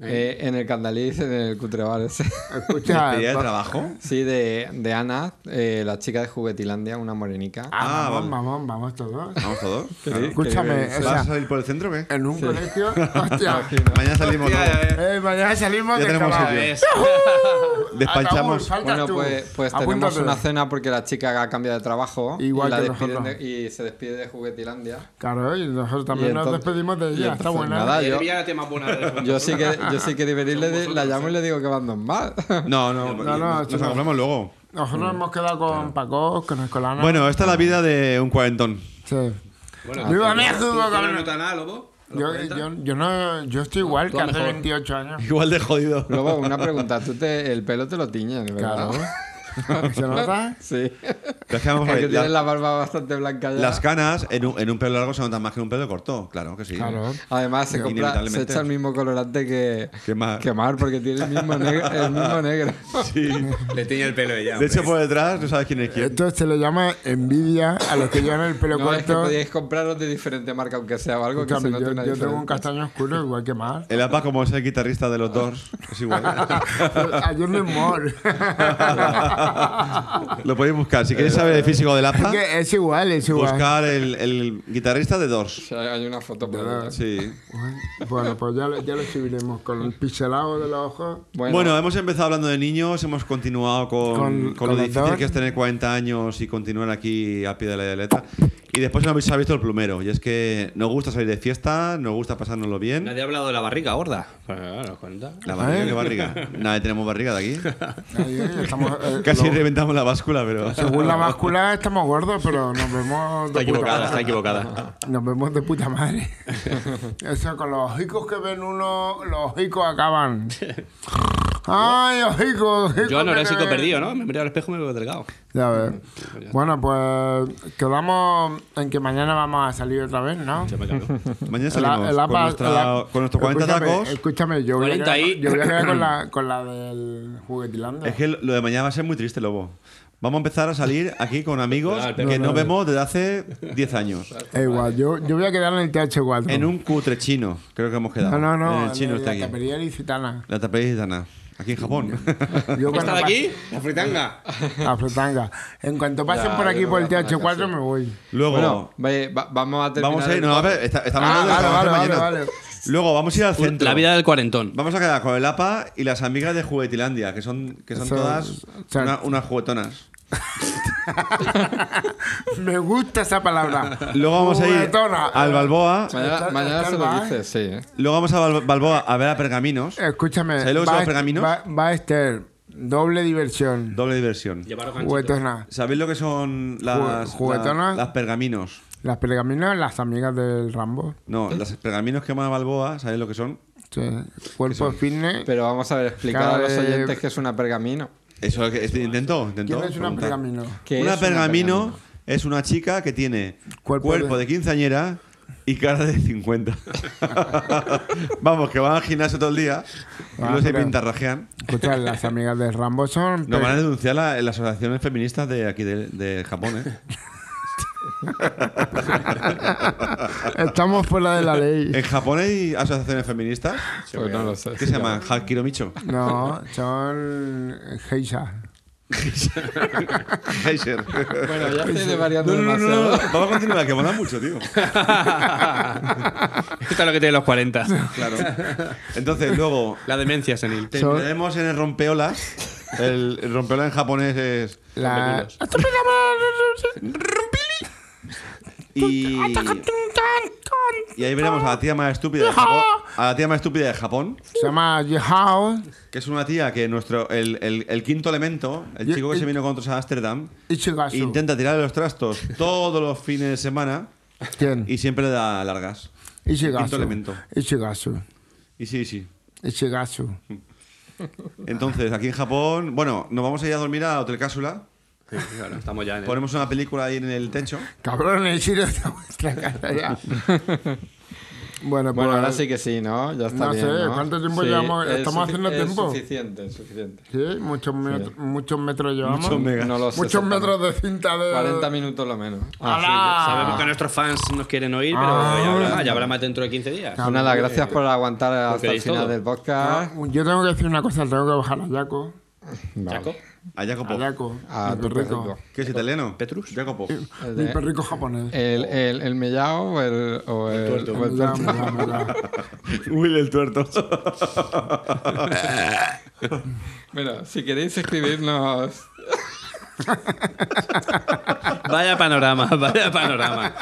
[SPEAKER 1] Eh, en el Candaliz, en el Cutrebar ese.
[SPEAKER 5] Escucha.
[SPEAKER 3] ¿Despedida de
[SPEAKER 5] Ah, va-
[SPEAKER 3] trabajo?
[SPEAKER 1] Sí, de, de Ana, eh, la chica de Juguetilandia, una morenica.
[SPEAKER 5] Ah,
[SPEAKER 3] Ah,
[SPEAKER 5] vamos,
[SPEAKER 3] vale.
[SPEAKER 5] vamos, vamos todos.
[SPEAKER 3] Vamos todos. Claro.
[SPEAKER 5] Escúchame, Eh, o
[SPEAKER 3] ¿Vas a
[SPEAKER 5] sea,
[SPEAKER 3] salir por el centro o qué?
[SPEAKER 5] en un colegio. Hostia.
[SPEAKER 3] Mañana salimos todos.
[SPEAKER 5] Eh, mañana salimos
[SPEAKER 3] Ya
[SPEAKER 5] de
[SPEAKER 3] tenemos
[SPEAKER 5] cava.
[SPEAKER 3] sitio.
[SPEAKER 5] Ataúd,
[SPEAKER 3] Despachamos.
[SPEAKER 5] faltas
[SPEAKER 1] Bueno,
[SPEAKER 5] tú.
[SPEAKER 1] pues, pues tenemos
[SPEAKER 5] Apúntate.
[SPEAKER 1] una cena porque la chica ha cambiado de trabajo
[SPEAKER 5] Igual
[SPEAKER 1] y, la
[SPEAKER 5] que
[SPEAKER 1] despiden
[SPEAKER 5] nosotros.
[SPEAKER 1] de- y se despide de Juguetilandia.
[SPEAKER 5] Claro, y nosotros también
[SPEAKER 1] Y
[SPEAKER 5] nos
[SPEAKER 1] entonces-
[SPEAKER 5] despedimos de
[SPEAKER 1] y
[SPEAKER 5] ella. Está
[SPEAKER 1] entonces
[SPEAKER 5] buena. ¿eh?
[SPEAKER 3] Ah,
[SPEAKER 1] nada, yo-
[SPEAKER 4] la tema buena de
[SPEAKER 1] Yo sí que, yo sí que debería le- la llamo y le digo que van dos más.
[SPEAKER 3] No, no,
[SPEAKER 5] No, no,
[SPEAKER 3] nos
[SPEAKER 5] esto no.
[SPEAKER 3] hablamos luego.
[SPEAKER 5] Nosotros hemos quedado con Paco, con Escolana.
[SPEAKER 3] Bueno, esta es la vida de un cuarentón.
[SPEAKER 5] sí.
[SPEAKER 4] Bueno,
[SPEAKER 5] Viva
[SPEAKER 4] ¿tú-
[SPEAKER 5] México,
[SPEAKER 4] tú no
[SPEAKER 5] cabrón.
[SPEAKER 4] notas nada, lobo? ¿A los
[SPEAKER 5] Yo,
[SPEAKER 4] 40?
[SPEAKER 5] yo, yo no, yo estoy igual que
[SPEAKER 4] tú a
[SPEAKER 5] hace
[SPEAKER 4] mejor.
[SPEAKER 5] 28 años.
[SPEAKER 3] Igual de jodido.
[SPEAKER 1] Luego, una pregunta, tú te, el pelo te lo tiñes, ¿verdad?
[SPEAKER 5] Claro. ¿Se nota?
[SPEAKER 1] Sí.
[SPEAKER 3] Pero es que vamos a ver,
[SPEAKER 1] Porque
[SPEAKER 3] la-
[SPEAKER 1] tienes la barba bastante blanca ya.
[SPEAKER 3] las canas en un, en un pelo largo se notan más que en un pelo corto, claro que sí.
[SPEAKER 5] Claro.
[SPEAKER 1] Además, se, compra, se
[SPEAKER 3] Inevitablemente.
[SPEAKER 1] echa el mismo colorante que,
[SPEAKER 3] Que Mar.
[SPEAKER 1] que Mar, porque tiene el mismo, negro- el mismo negro.
[SPEAKER 3] Sí.
[SPEAKER 4] Le tiñe el pelo ella.
[SPEAKER 3] De hecho, por detrás no sabes quién es quién.
[SPEAKER 5] Esto se le llama envidia a los que llevan el pelo
[SPEAKER 1] No, es que
[SPEAKER 5] corto.
[SPEAKER 1] podíais compraros de diferente marca, aunque sea o algo que se
[SPEAKER 5] Escúchame,
[SPEAKER 1] note
[SPEAKER 5] yo,
[SPEAKER 1] una
[SPEAKER 5] yo tengo un
[SPEAKER 1] diferencia.
[SPEAKER 5] castaño oscuro igual que más.
[SPEAKER 3] El APA, como es el guitarrista de los Doors, es igual.
[SPEAKER 5] Ayer no es mor.
[SPEAKER 3] Lo podéis buscar. Si queréis saber el físico del APA,
[SPEAKER 5] Que es igual, es igual.
[SPEAKER 3] buscar el, el guitarrista de
[SPEAKER 1] O
[SPEAKER 3] Doors.
[SPEAKER 1] sea, hay una foto por ahí.
[SPEAKER 3] Sí.
[SPEAKER 5] Bueno, pues ya, lo- ya lo subiremos con el pincelado de los ojos.
[SPEAKER 3] Bueno, eh, hemos empezado hablando de niños, hemos continuado con,
[SPEAKER 5] Con-
[SPEAKER 3] con
[SPEAKER 5] con
[SPEAKER 3] lo
[SPEAKER 5] los
[SPEAKER 3] difícil
[SPEAKER 5] Doors.
[SPEAKER 3] que es tener 40 años y continuar aquí a pie de la letra. Y después nos ha visto el plumero. Y es que nos gusta salir de fiesta, nos gusta pasárnoslo bien.
[SPEAKER 4] Nadie ha hablado de la barriga gorda. Bueno, a los 40.
[SPEAKER 3] La barriga, ¿qué barriga? Nadie tenemos barriga de aquí.
[SPEAKER 5] Ahí, eh, estamos, eh,
[SPEAKER 3] Casi
[SPEAKER 5] lo-
[SPEAKER 3] reventamos la báscula, pero.
[SPEAKER 5] según la báscula estamos gordos, pero nos
[SPEAKER 4] Está
[SPEAKER 5] vemos de puta
[SPEAKER 4] equivocada, está
[SPEAKER 5] madre.
[SPEAKER 4] equivocada.
[SPEAKER 5] Nos vemos de puta madre. Eso con los hicos que ven uno, los hicos acaban. Ay, los hicos.
[SPEAKER 4] Yo anorésico perdido, ¿no? Me miro al espejo y me veo delgado.
[SPEAKER 5] Ya ves. Bueno, pues quedamos en que mañana vamos a salir otra vez, ¿no?
[SPEAKER 4] Se me cagó.
[SPEAKER 3] Mañana
[SPEAKER 5] El a-
[SPEAKER 3] salimos
[SPEAKER 5] el
[SPEAKER 3] con,
[SPEAKER 5] APA-
[SPEAKER 3] nuestra-
[SPEAKER 5] el a-
[SPEAKER 3] con nuestros 40
[SPEAKER 5] escúchame,
[SPEAKER 3] tacos.
[SPEAKER 5] Escúchame, yo voy, a
[SPEAKER 4] 40
[SPEAKER 5] quedar,
[SPEAKER 4] y-
[SPEAKER 5] yo voy a quedar con la, con la del juguetilandia.
[SPEAKER 3] Es que lo de mañana va a ser muy triste, Lobo. Vamos a empezar a salir aquí con amigos
[SPEAKER 4] Claro,
[SPEAKER 3] que no, vemos desde hace 10 años.
[SPEAKER 5] Eh, igual, yo, yo voy a quedar en el TH4.
[SPEAKER 3] En un cutre chino, creo que hemos quedado.
[SPEAKER 5] no, no,
[SPEAKER 3] En
[SPEAKER 5] no.
[SPEAKER 3] el chino está
[SPEAKER 5] la
[SPEAKER 3] aquí.
[SPEAKER 5] tapería licitana.
[SPEAKER 3] La tapería gitana. Aquí en Japón.
[SPEAKER 5] Yo cuando
[SPEAKER 4] ¿Está de
[SPEAKER 5] pa-
[SPEAKER 4] aquí? La fritanga.
[SPEAKER 5] A Fritanga. En cuanto pasen
[SPEAKER 1] Ya,
[SPEAKER 5] por
[SPEAKER 1] yo
[SPEAKER 5] aquí
[SPEAKER 1] no
[SPEAKER 5] por
[SPEAKER 1] voy
[SPEAKER 5] el
[SPEAKER 1] a hacer
[SPEAKER 5] TH4
[SPEAKER 1] nada, sí.
[SPEAKER 5] me voy.
[SPEAKER 3] Luego,
[SPEAKER 1] Bueno, ve- va- vamos a terminar.
[SPEAKER 3] vamos a ir. No, a ver, está- estamos
[SPEAKER 5] Ah,
[SPEAKER 3] hablando de lo que
[SPEAKER 5] vale,
[SPEAKER 3] vamos a hacer
[SPEAKER 5] vale,
[SPEAKER 3] mañana.
[SPEAKER 5] vale.
[SPEAKER 3] Luego, vamos a ir al centro.
[SPEAKER 4] La vida del cuarentón.
[SPEAKER 3] Vamos a quedar con el APA y las amigas de Juguetilandia, que son, que son
[SPEAKER 5] Eso-
[SPEAKER 3] todas
[SPEAKER 5] sea- eh,
[SPEAKER 3] una- unas juguetonas.
[SPEAKER 5] Me gusta esa palabra.
[SPEAKER 3] Luego vamos a ir
[SPEAKER 5] Juguetona.
[SPEAKER 3] al Balboa.
[SPEAKER 1] Mañana,
[SPEAKER 5] Está-
[SPEAKER 1] mañana
[SPEAKER 5] está
[SPEAKER 1] se
[SPEAKER 5] el
[SPEAKER 1] lo
[SPEAKER 5] bar.
[SPEAKER 1] dices, sí. ¿eh?
[SPEAKER 3] Luego vamos a Bal- Balboa a ver a Pergaminos.
[SPEAKER 5] eh, Escúchame.
[SPEAKER 3] ¿Sabes lo que son
[SPEAKER 5] va
[SPEAKER 3] los
[SPEAKER 5] a-
[SPEAKER 3] pergaminos?
[SPEAKER 5] Va, va a estar doble diversión.
[SPEAKER 3] Doble diversión.
[SPEAKER 4] Llevaros
[SPEAKER 5] Juguetona.
[SPEAKER 3] ¿Sabéis lo que son las,
[SPEAKER 5] Ju- juguetonas.
[SPEAKER 3] la- las pergaminos?
[SPEAKER 5] Las pergaminos, las amigas del Rambo.
[SPEAKER 3] No, las pergaminos que llama Balboa, ¿sabéis lo que son?
[SPEAKER 5] Sí. Cuerpo fitness.
[SPEAKER 1] Pero vamos a ver, explicar a los
[SPEAKER 5] Cada vez-
[SPEAKER 1] oyentes que es una pergamino.
[SPEAKER 3] Eso es que- este, intentó, intentó.
[SPEAKER 5] ¿Quién es una
[SPEAKER 3] preguntar.
[SPEAKER 5] pergamino?
[SPEAKER 1] ¿Qué
[SPEAKER 3] una
[SPEAKER 1] es una
[SPEAKER 3] pergamino
[SPEAKER 1] pergamino?
[SPEAKER 3] es una chica que tiene
[SPEAKER 5] Cuerpo
[SPEAKER 3] cuerpo de quinceañera, y cara de 50. Vamos, que van al gimnasio todo el día y
[SPEAKER 5] Ah,
[SPEAKER 3] luego se
[SPEAKER 5] pero-
[SPEAKER 3] pintarrajean.
[SPEAKER 5] Escucha, las amigas de Rambo son.
[SPEAKER 3] Nos van a denunciar la- las asociaciones feministas de aquí de, de Japón, ¿eh?
[SPEAKER 5] Estamos fuera de la ley.
[SPEAKER 3] ¿En Japón hay asociaciones feministas?
[SPEAKER 1] Pues no lo sé.
[SPEAKER 3] ¿Qué se llaman? ¿Hakiromicho?
[SPEAKER 5] No, son eh, geisha.
[SPEAKER 3] Heisher.
[SPEAKER 1] Bueno, ya estoy variando
[SPEAKER 3] No, no, no, no,
[SPEAKER 1] demasiado.
[SPEAKER 3] Vamos a continuar, que mola mucho, tío.
[SPEAKER 4] Esto es lo que tiene los 40.
[SPEAKER 3] Claro. Entonces, luego,
[SPEAKER 4] La demencia senil.
[SPEAKER 3] terminaremos en el rompeolas. El, el rompeolas en japonés es...
[SPEAKER 5] La...
[SPEAKER 3] Y, y ahí veremos a la tía más estúpida de Japón. A la tía más estúpida de Japón.
[SPEAKER 5] Se llama Yehao
[SPEAKER 3] Que es una tía que nuestro el, el- el quinto elemento, el
[SPEAKER 5] Yo-
[SPEAKER 3] chico que
[SPEAKER 5] y-
[SPEAKER 3] se vino con nosotros a Ámsterdam,
[SPEAKER 5] Ichigasu.
[SPEAKER 3] intenta tirarle los trastos todos los fines de semana
[SPEAKER 5] ¿Quién?
[SPEAKER 3] y siempre le da largas. quinto
[SPEAKER 5] Ichigasu.
[SPEAKER 3] elemento.
[SPEAKER 5] Ichigasu.
[SPEAKER 3] Y sí, sí.
[SPEAKER 5] Ichigasu.
[SPEAKER 3] Entonces, aquí en Japón, bueno, nos vamos a ir a dormir a Hotel Cápsula.
[SPEAKER 4] Sí, claro, estamos ya en el...
[SPEAKER 3] Ponemos una película ahí en el techo.
[SPEAKER 5] Cabrón, el chino está en vuestra cara ya. Bueno, pues.
[SPEAKER 1] Bueno, ahora sí que sí, ¿no? Ya está
[SPEAKER 5] No
[SPEAKER 1] bien,
[SPEAKER 5] sé,
[SPEAKER 1] ¿no?
[SPEAKER 5] ¿cuánto tiempo
[SPEAKER 1] Sí,
[SPEAKER 5] llevamos?
[SPEAKER 1] es
[SPEAKER 5] ¿Estamos
[SPEAKER 1] sufici-
[SPEAKER 5] haciendo
[SPEAKER 1] es
[SPEAKER 5] tiempo?
[SPEAKER 1] Suficiente, es suficiente.
[SPEAKER 5] Sí, muchos, met- muchos metros llevamos.
[SPEAKER 3] Muchos megas.
[SPEAKER 1] No lo sé
[SPEAKER 5] Muchos
[SPEAKER 1] exactamente.
[SPEAKER 5] metros de cinta de.
[SPEAKER 1] 40 minutos lo menos.
[SPEAKER 5] Eh, ¡Hala!
[SPEAKER 4] Sabemos que nuestros fans nos quieren oír, pero
[SPEAKER 5] Ah.
[SPEAKER 4] ya, habrá, ya habrá más dentro de 15 días.
[SPEAKER 1] Pues nada, gracias por aguantar hasta el
[SPEAKER 4] eh, queréis
[SPEAKER 1] final
[SPEAKER 4] todo.
[SPEAKER 1] del podcast.
[SPEAKER 5] Ah, Yo tengo que decir una cosa, tengo que bajar a Jaco.
[SPEAKER 4] Jaco,
[SPEAKER 3] A Jacopo.
[SPEAKER 5] A Jaco.
[SPEAKER 1] Pues, A
[SPEAKER 5] mi
[SPEAKER 1] tu
[SPEAKER 5] perrico.
[SPEAKER 1] perrico.
[SPEAKER 3] ¿Qué es italiano? Petrus. Jacopo.
[SPEAKER 1] El,
[SPEAKER 5] Mi
[SPEAKER 1] de- Eh,
[SPEAKER 5] perrico japonés.
[SPEAKER 1] el, el, el mellao o el, o el, o el
[SPEAKER 5] Me
[SPEAKER 1] tuerto.
[SPEAKER 5] da, me da, me
[SPEAKER 1] pues,
[SPEAKER 5] da.
[SPEAKER 3] Will el tuerto.
[SPEAKER 1] Bueno, si queréis escribirnos
[SPEAKER 4] Vaya panorama, vaya panorama.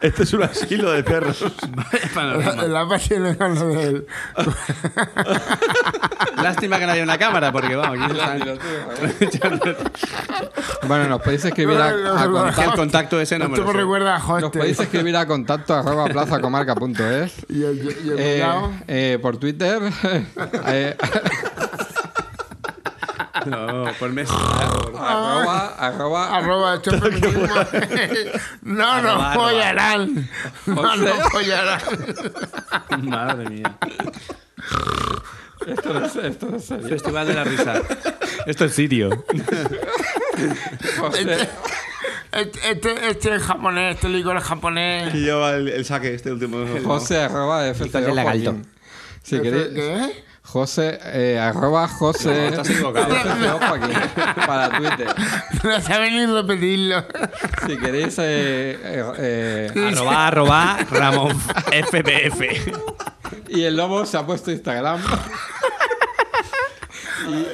[SPEAKER 3] Este es un asilo de perros.
[SPEAKER 4] Vaya
[SPEAKER 1] pues,
[SPEAKER 4] panorama.
[SPEAKER 5] El APA tiene con lo del.
[SPEAKER 4] Lástima que no haya una cámara, porque vamos, aquí están-
[SPEAKER 1] ¿eh? Bueno, nos podéis escribir a, a
[SPEAKER 4] Es que
[SPEAKER 1] contacto.
[SPEAKER 4] el contacto ese no me
[SPEAKER 5] Esto
[SPEAKER 4] lo
[SPEAKER 1] pues,
[SPEAKER 5] me
[SPEAKER 4] sé.
[SPEAKER 5] recuerda a
[SPEAKER 1] Nos podéis
[SPEAKER 5] Hoster.
[SPEAKER 1] escribir a contacto arroba plazacomarca.es
[SPEAKER 5] Y el, y el
[SPEAKER 1] eh,
[SPEAKER 5] cuñado.
[SPEAKER 1] eh, por Twitter eh,
[SPEAKER 4] No, por mes.
[SPEAKER 1] arroba, arroba
[SPEAKER 5] Ah. Arroba esto es feminismo. No
[SPEAKER 4] Arroba,
[SPEAKER 5] nos follarán. No
[SPEAKER 1] Hostia.
[SPEAKER 5] nos follarán.
[SPEAKER 4] Madre mía.
[SPEAKER 1] esto no es, esto no es serio.
[SPEAKER 4] Festival de la risa. Esto es sitio.
[SPEAKER 1] Hostia.
[SPEAKER 5] Este, este, este es japonés, este licor es japonés.
[SPEAKER 3] Y lleva el, el saque este último.
[SPEAKER 1] José arroba FCO Joaquín. Si queréis,
[SPEAKER 5] Este, ¿Qué?
[SPEAKER 1] José eh, arroba José
[SPEAKER 4] estás equivocado.
[SPEAKER 1] FCO Joaquín para Twitter.
[SPEAKER 5] No saben ni repetirlo.
[SPEAKER 1] Si queréis, eh, eh, eh,
[SPEAKER 4] Arroba, arroba, Ramón FPF.
[SPEAKER 1] y el lobo se ha puesto Instagram.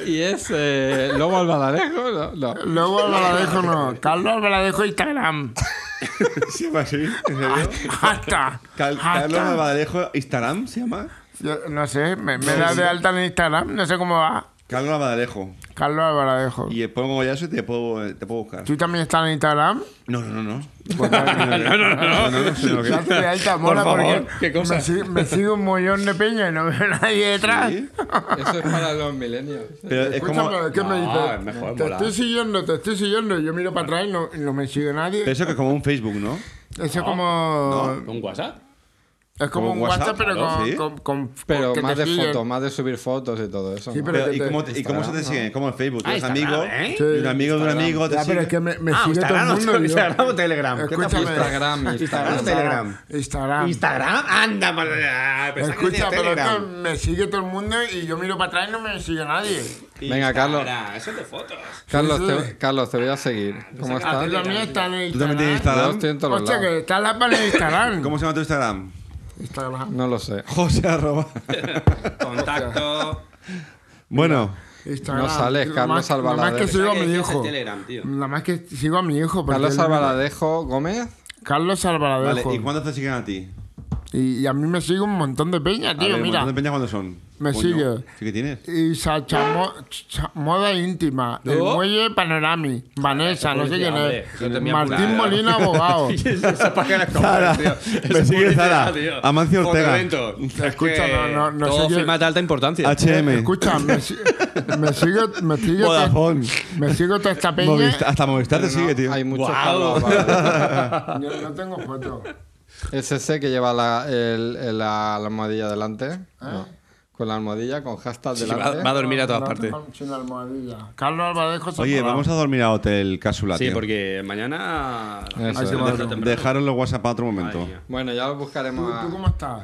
[SPEAKER 1] Y, y es eh, Lobo Albaladejo, no, no.
[SPEAKER 5] Luego Albaladejo no. Carlos Albaladejo Instagram.
[SPEAKER 3] ¿Se llama así? ¿En serio?
[SPEAKER 5] Hasta.
[SPEAKER 3] Cal- Carlos Abadalejo, Instagram se llama.
[SPEAKER 5] Yo no sé, me, me da de alta en Instagram, no sé cómo va.
[SPEAKER 3] Carlos Abadalejo.
[SPEAKER 5] Carlos Albaladejo.
[SPEAKER 3] Y pongo ya eso y te puedo, te puedo buscar.
[SPEAKER 5] ¿Tú Pues también estás en Instagram?
[SPEAKER 3] No, no, no, no. no, no, no. no, no, sino que-
[SPEAKER 5] Date de alta, mola,
[SPEAKER 4] favor,
[SPEAKER 5] porque
[SPEAKER 4] qué cosa.
[SPEAKER 5] Me, sig- me sigue un mollón de peña y no veo a nadie detrás.
[SPEAKER 3] Sí,
[SPEAKER 1] Eso es para los milenios.
[SPEAKER 3] Pero es como.
[SPEAKER 5] Escúchame, ¿qué me
[SPEAKER 4] Ah,
[SPEAKER 5] dices?
[SPEAKER 4] mejor,
[SPEAKER 5] te
[SPEAKER 4] mola.
[SPEAKER 5] estoy siguiendo, te estoy siguiendo. Yo miro para atrás y no, y no me sigue nadie.
[SPEAKER 3] pero Eso que es como un Facebook, ¿no?
[SPEAKER 5] Eso es como.
[SPEAKER 4] ¿Un WhatsApp?
[SPEAKER 5] Es como un WhatsApp, pero
[SPEAKER 3] claro,
[SPEAKER 5] con,
[SPEAKER 3] sí.
[SPEAKER 5] con- con-
[SPEAKER 1] Pero
[SPEAKER 5] con que
[SPEAKER 1] más
[SPEAKER 5] te
[SPEAKER 1] de
[SPEAKER 5] siguen.
[SPEAKER 1] fotos, más de subir fotos y todo eso.
[SPEAKER 5] Sí,
[SPEAKER 1] ¿no?
[SPEAKER 5] pero-
[SPEAKER 3] Pero, ¿y,
[SPEAKER 5] te-
[SPEAKER 3] cómo, te- ¿Y cómo se te siguen? ¿Cómo en Facebook?
[SPEAKER 5] Ah,
[SPEAKER 3] Tú eres amigo.
[SPEAKER 4] ¿eh?
[SPEAKER 5] Sí.
[SPEAKER 3] Y un amigo de un amigo. Te
[SPEAKER 5] Ya, pero
[SPEAKER 3] sigue.
[SPEAKER 5] es que me, me
[SPEAKER 4] Ah,
[SPEAKER 5] sigue
[SPEAKER 4] Instagram,
[SPEAKER 5] todo el mundo. yo-
[SPEAKER 4] Instagram o Telegram. ¿Qué te
[SPEAKER 5] Escúchame.
[SPEAKER 4] apuntas?
[SPEAKER 1] Instagram, Instagram.
[SPEAKER 4] Telegram.
[SPEAKER 5] Instagram.
[SPEAKER 4] Instagram, anda, por- ah, pensaba que
[SPEAKER 5] Escucha,
[SPEAKER 4] decía
[SPEAKER 5] pero es que
[SPEAKER 4] Telegram.
[SPEAKER 5] me sigue todo el mundo y yo miro para atrás y no me sigue nadie.
[SPEAKER 1] Venga, Carlos.
[SPEAKER 4] Instagram, Eso es de fotos.
[SPEAKER 1] Carlos,
[SPEAKER 5] Sí, sí.
[SPEAKER 1] te, Carlos, te voy a seguir. ¿Cómo estás?
[SPEAKER 5] Y la mía está en el
[SPEAKER 3] ¿Tú también tienes
[SPEAKER 5] Instagram.
[SPEAKER 1] Yo
[SPEAKER 3] Instagram?
[SPEAKER 1] estoy en todos los
[SPEAKER 5] Hostia,
[SPEAKER 1] lados.
[SPEAKER 5] que está la para Instagram.
[SPEAKER 3] ¿Cómo se llama tu Instagram?
[SPEAKER 5] Instagram.
[SPEAKER 1] No lo sé.
[SPEAKER 3] José arroba.
[SPEAKER 4] Contacto.
[SPEAKER 3] Bueno,
[SPEAKER 5] Instagram.
[SPEAKER 1] No sales,
[SPEAKER 5] Lo
[SPEAKER 1] Carlos
[SPEAKER 5] más- Lo más
[SPEAKER 1] Albaladejo.
[SPEAKER 5] que sigo a
[SPEAKER 4] ¿Qué
[SPEAKER 5] mi
[SPEAKER 4] dices
[SPEAKER 5] hijo.
[SPEAKER 4] Telegram, tío.
[SPEAKER 5] Lo más que sigo a mi hijo. porque
[SPEAKER 1] Carlos
[SPEAKER 5] él-
[SPEAKER 1] Albaladejo Gómez.
[SPEAKER 5] Carlos
[SPEAKER 3] vale.
[SPEAKER 5] Albaladejo.
[SPEAKER 3] ¿Y cuándo te siguen a ti?
[SPEAKER 5] y, y a mí me sigue un montón de peña,
[SPEAKER 3] A
[SPEAKER 5] tío.
[SPEAKER 3] ver,
[SPEAKER 5] mira,
[SPEAKER 3] ¿cuándo te empeñas cuándo son?
[SPEAKER 5] Me
[SPEAKER 3] Coño,
[SPEAKER 5] sigue.
[SPEAKER 3] ¿Sí que tienes?
[SPEAKER 5] Y Sacha, Mo- Cha- moda íntima, el
[SPEAKER 4] ¿No?
[SPEAKER 5] muelle Panorami, Vanessa, no sé quién
[SPEAKER 4] Hombre,
[SPEAKER 5] es.
[SPEAKER 4] yo tenía
[SPEAKER 5] Martín
[SPEAKER 4] apuntado.
[SPEAKER 5] Molina, abogado.
[SPEAKER 4] Esa página es como,
[SPEAKER 3] Zara.
[SPEAKER 4] tío.
[SPEAKER 3] Me
[SPEAKER 4] Es
[SPEAKER 3] sigue
[SPEAKER 4] publicidad,
[SPEAKER 3] Zara.
[SPEAKER 4] tío.
[SPEAKER 3] Amancio
[SPEAKER 4] Por
[SPEAKER 3] Ortega.
[SPEAKER 4] evento. Es
[SPEAKER 5] Escucha,
[SPEAKER 4] que
[SPEAKER 5] no- no- no
[SPEAKER 4] todo
[SPEAKER 5] sé yo-
[SPEAKER 4] firma de alta importancia.
[SPEAKER 3] HM.
[SPEAKER 5] Eh, Escucha, me, si- me sigue, me sigue,
[SPEAKER 3] Vodafone.
[SPEAKER 5] me sigue toda esta peña.
[SPEAKER 3] Movistar- hasta Movistar te sigue, tío.
[SPEAKER 1] Hay muchos
[SPEAKER 4] Guau.
[SPEAKER 1] Pablo Abad.
[SPEAKER 5] Yo no tengo foto.
[SPEAKER 1] El CC que lleva la, el- el- la, la almohadilla delante.
[SPEAKER 5] Ah.
[SPEAKER 1] ¿no? Con la almohadilla, con hashtag
[SPEAKER 4] Sí, va,
[SPEAKER 1] delante.
[SPEAKER 4] va a dormir a todas
[SPEAKER 5] No,
[SPEAKER 4] partes.
[SPEAKER 5] no, sin almohadilla. Carlos Albadejo se
[SPEAKER 3] Oye,
[SPEAKER 5] colaba.
[SPEAKER 3] vamos a dormir a Hotel Casula,
[SPEAKER 4] Sí,
[SPEAKER 3] tío.
[SPEAKER 4] porque mañana. la
[SPEAKER 1] Eso
[SPEAKER 4] gente
[SPEAKER 1] es.
[SPEAKER 4] deja
[SPEAKER 5] Deja-
[SPEAKER 4] temprano.
[SPEAKER 3] Dejaros los WhatsApp para otro momento.
[SPEAKER 4] Madre mía.
[SPEAKER 1] Bueno, ya lo buscaremos.
[SPEAKER 5] ¿Tú, tú
[SPEAKER 1] a-
[SPEAKER 5] cómo estás?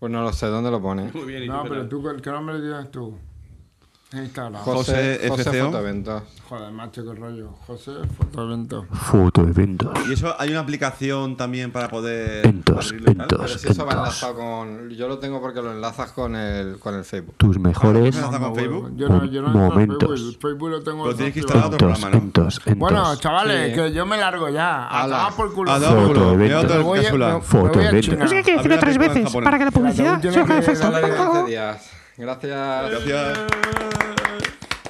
[SPEAKER 1] Pues no lo sé, ¿dónde lo pone?
[SPEAKER 4] Muy bien, ¿y
[SPEAKER 5] No,
[SPEAKER 4] tú qué
[SPEAKER 5] pero
[SPEAKER 4] tal?
[SPEAKER 5] tú, ¿qué nombre tienes tú? En Instagram.
[SPEAKER 1] José,
[SPEAKER 3] José
[SPEAKER 1] José,
[SPEAKER 3] FCO.
[SPEAKER 1] Fotoventos.
[SPEAKER 5] Joder, macho, qué rollo. José, fotoevento.
[SPEAKER 3] Y eso, hay una aplicación también para poder.
[SPEAKER 6] Ventos,
[SPEAKER 3] abrirlo y tal?
[SPEAKER 6] ventos.
[SPEAKER 1] Pero si eso va
[SPEAKER 6] Entonces-
[SPEAKER 1] enlazado con. Yo lo tengo porque lo enlazas con el, con el Facebook.
[SPEAKER 6] Tus mejores
[SPEAKER 3] ¿Eso está con Facebook?
[SPEAKER 5] Yo no, yo no entro
[SPEAKER 6] Mo-
[SPEAKER 5] en
[SPEAKER 6] momentos.
[SPEAKER 5] Facebook. Facebook lo tengo
[SPEAKER 3] Lo tienes que
[SPEAKER 5] desactivado.
[SPEAKER 3] instalar otro
[SPEAKER 6] entos,
[SPEAKER 3] programa, ¿no?
[SPEAKER 6] entos, entos.
[SPEAKER 5] Bueno, chavales,
[SPEAKER 1] Sí.
[SPEAKER 5] que yo me largo ya. A
[SPEAKER 1] Ala.
[SPEAKER 5] tomar por culo.
[SPEAKER 3] Ah, no,
[SPEAKER 6] Foto
[SPEAKER 3] culo.
[SPEAKER 6] de
[SPEAKER 3] Ve a Hotel
[SPEAKER 5] Me voy a-
[SPEAKER 3] Cápsula.
[SPEAKER 5] me-
[SPEAKER 6] Foto
[SPEAKER 5] me voy a
[SPEAKER 6] evento.
[SPEAKER 5] China.
[SPEAKER 7] Tienes que
[SPEAKER 3] Habría
[SPEAKER 7] decirlo tres
[SPEAKER 3] películas
[SPEAKER 7] veces
[SPEAKER 3] japonesas.
[SPEAKER 7] para que la publicidad
[SPEAKER 5] Yo no
[SPEAKER 7] sea
[SPEAKER 5] quiero
[SPEAKER 7] perfecta.
[SPEAKER 1] Solo de 15 días. Gracias.
[SPEAKER 3] Gracias.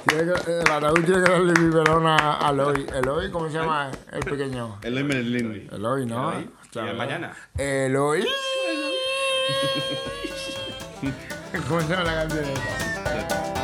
[SPEAKER 5] Tiene que- eh, Baraúl tiene que darle biberón a a Eloy. ¿Eloy? ¿Cómo se llama el pequeño?
[SPEAKER 3] Eloy Merlin.
[SPEAKER 5] Eloy, ¿no? Hostia,
[SPEAKER 4] ¿Y mañana?
[SPEAKER 5] Eloy. ¿Cómo se llama la canción? esta?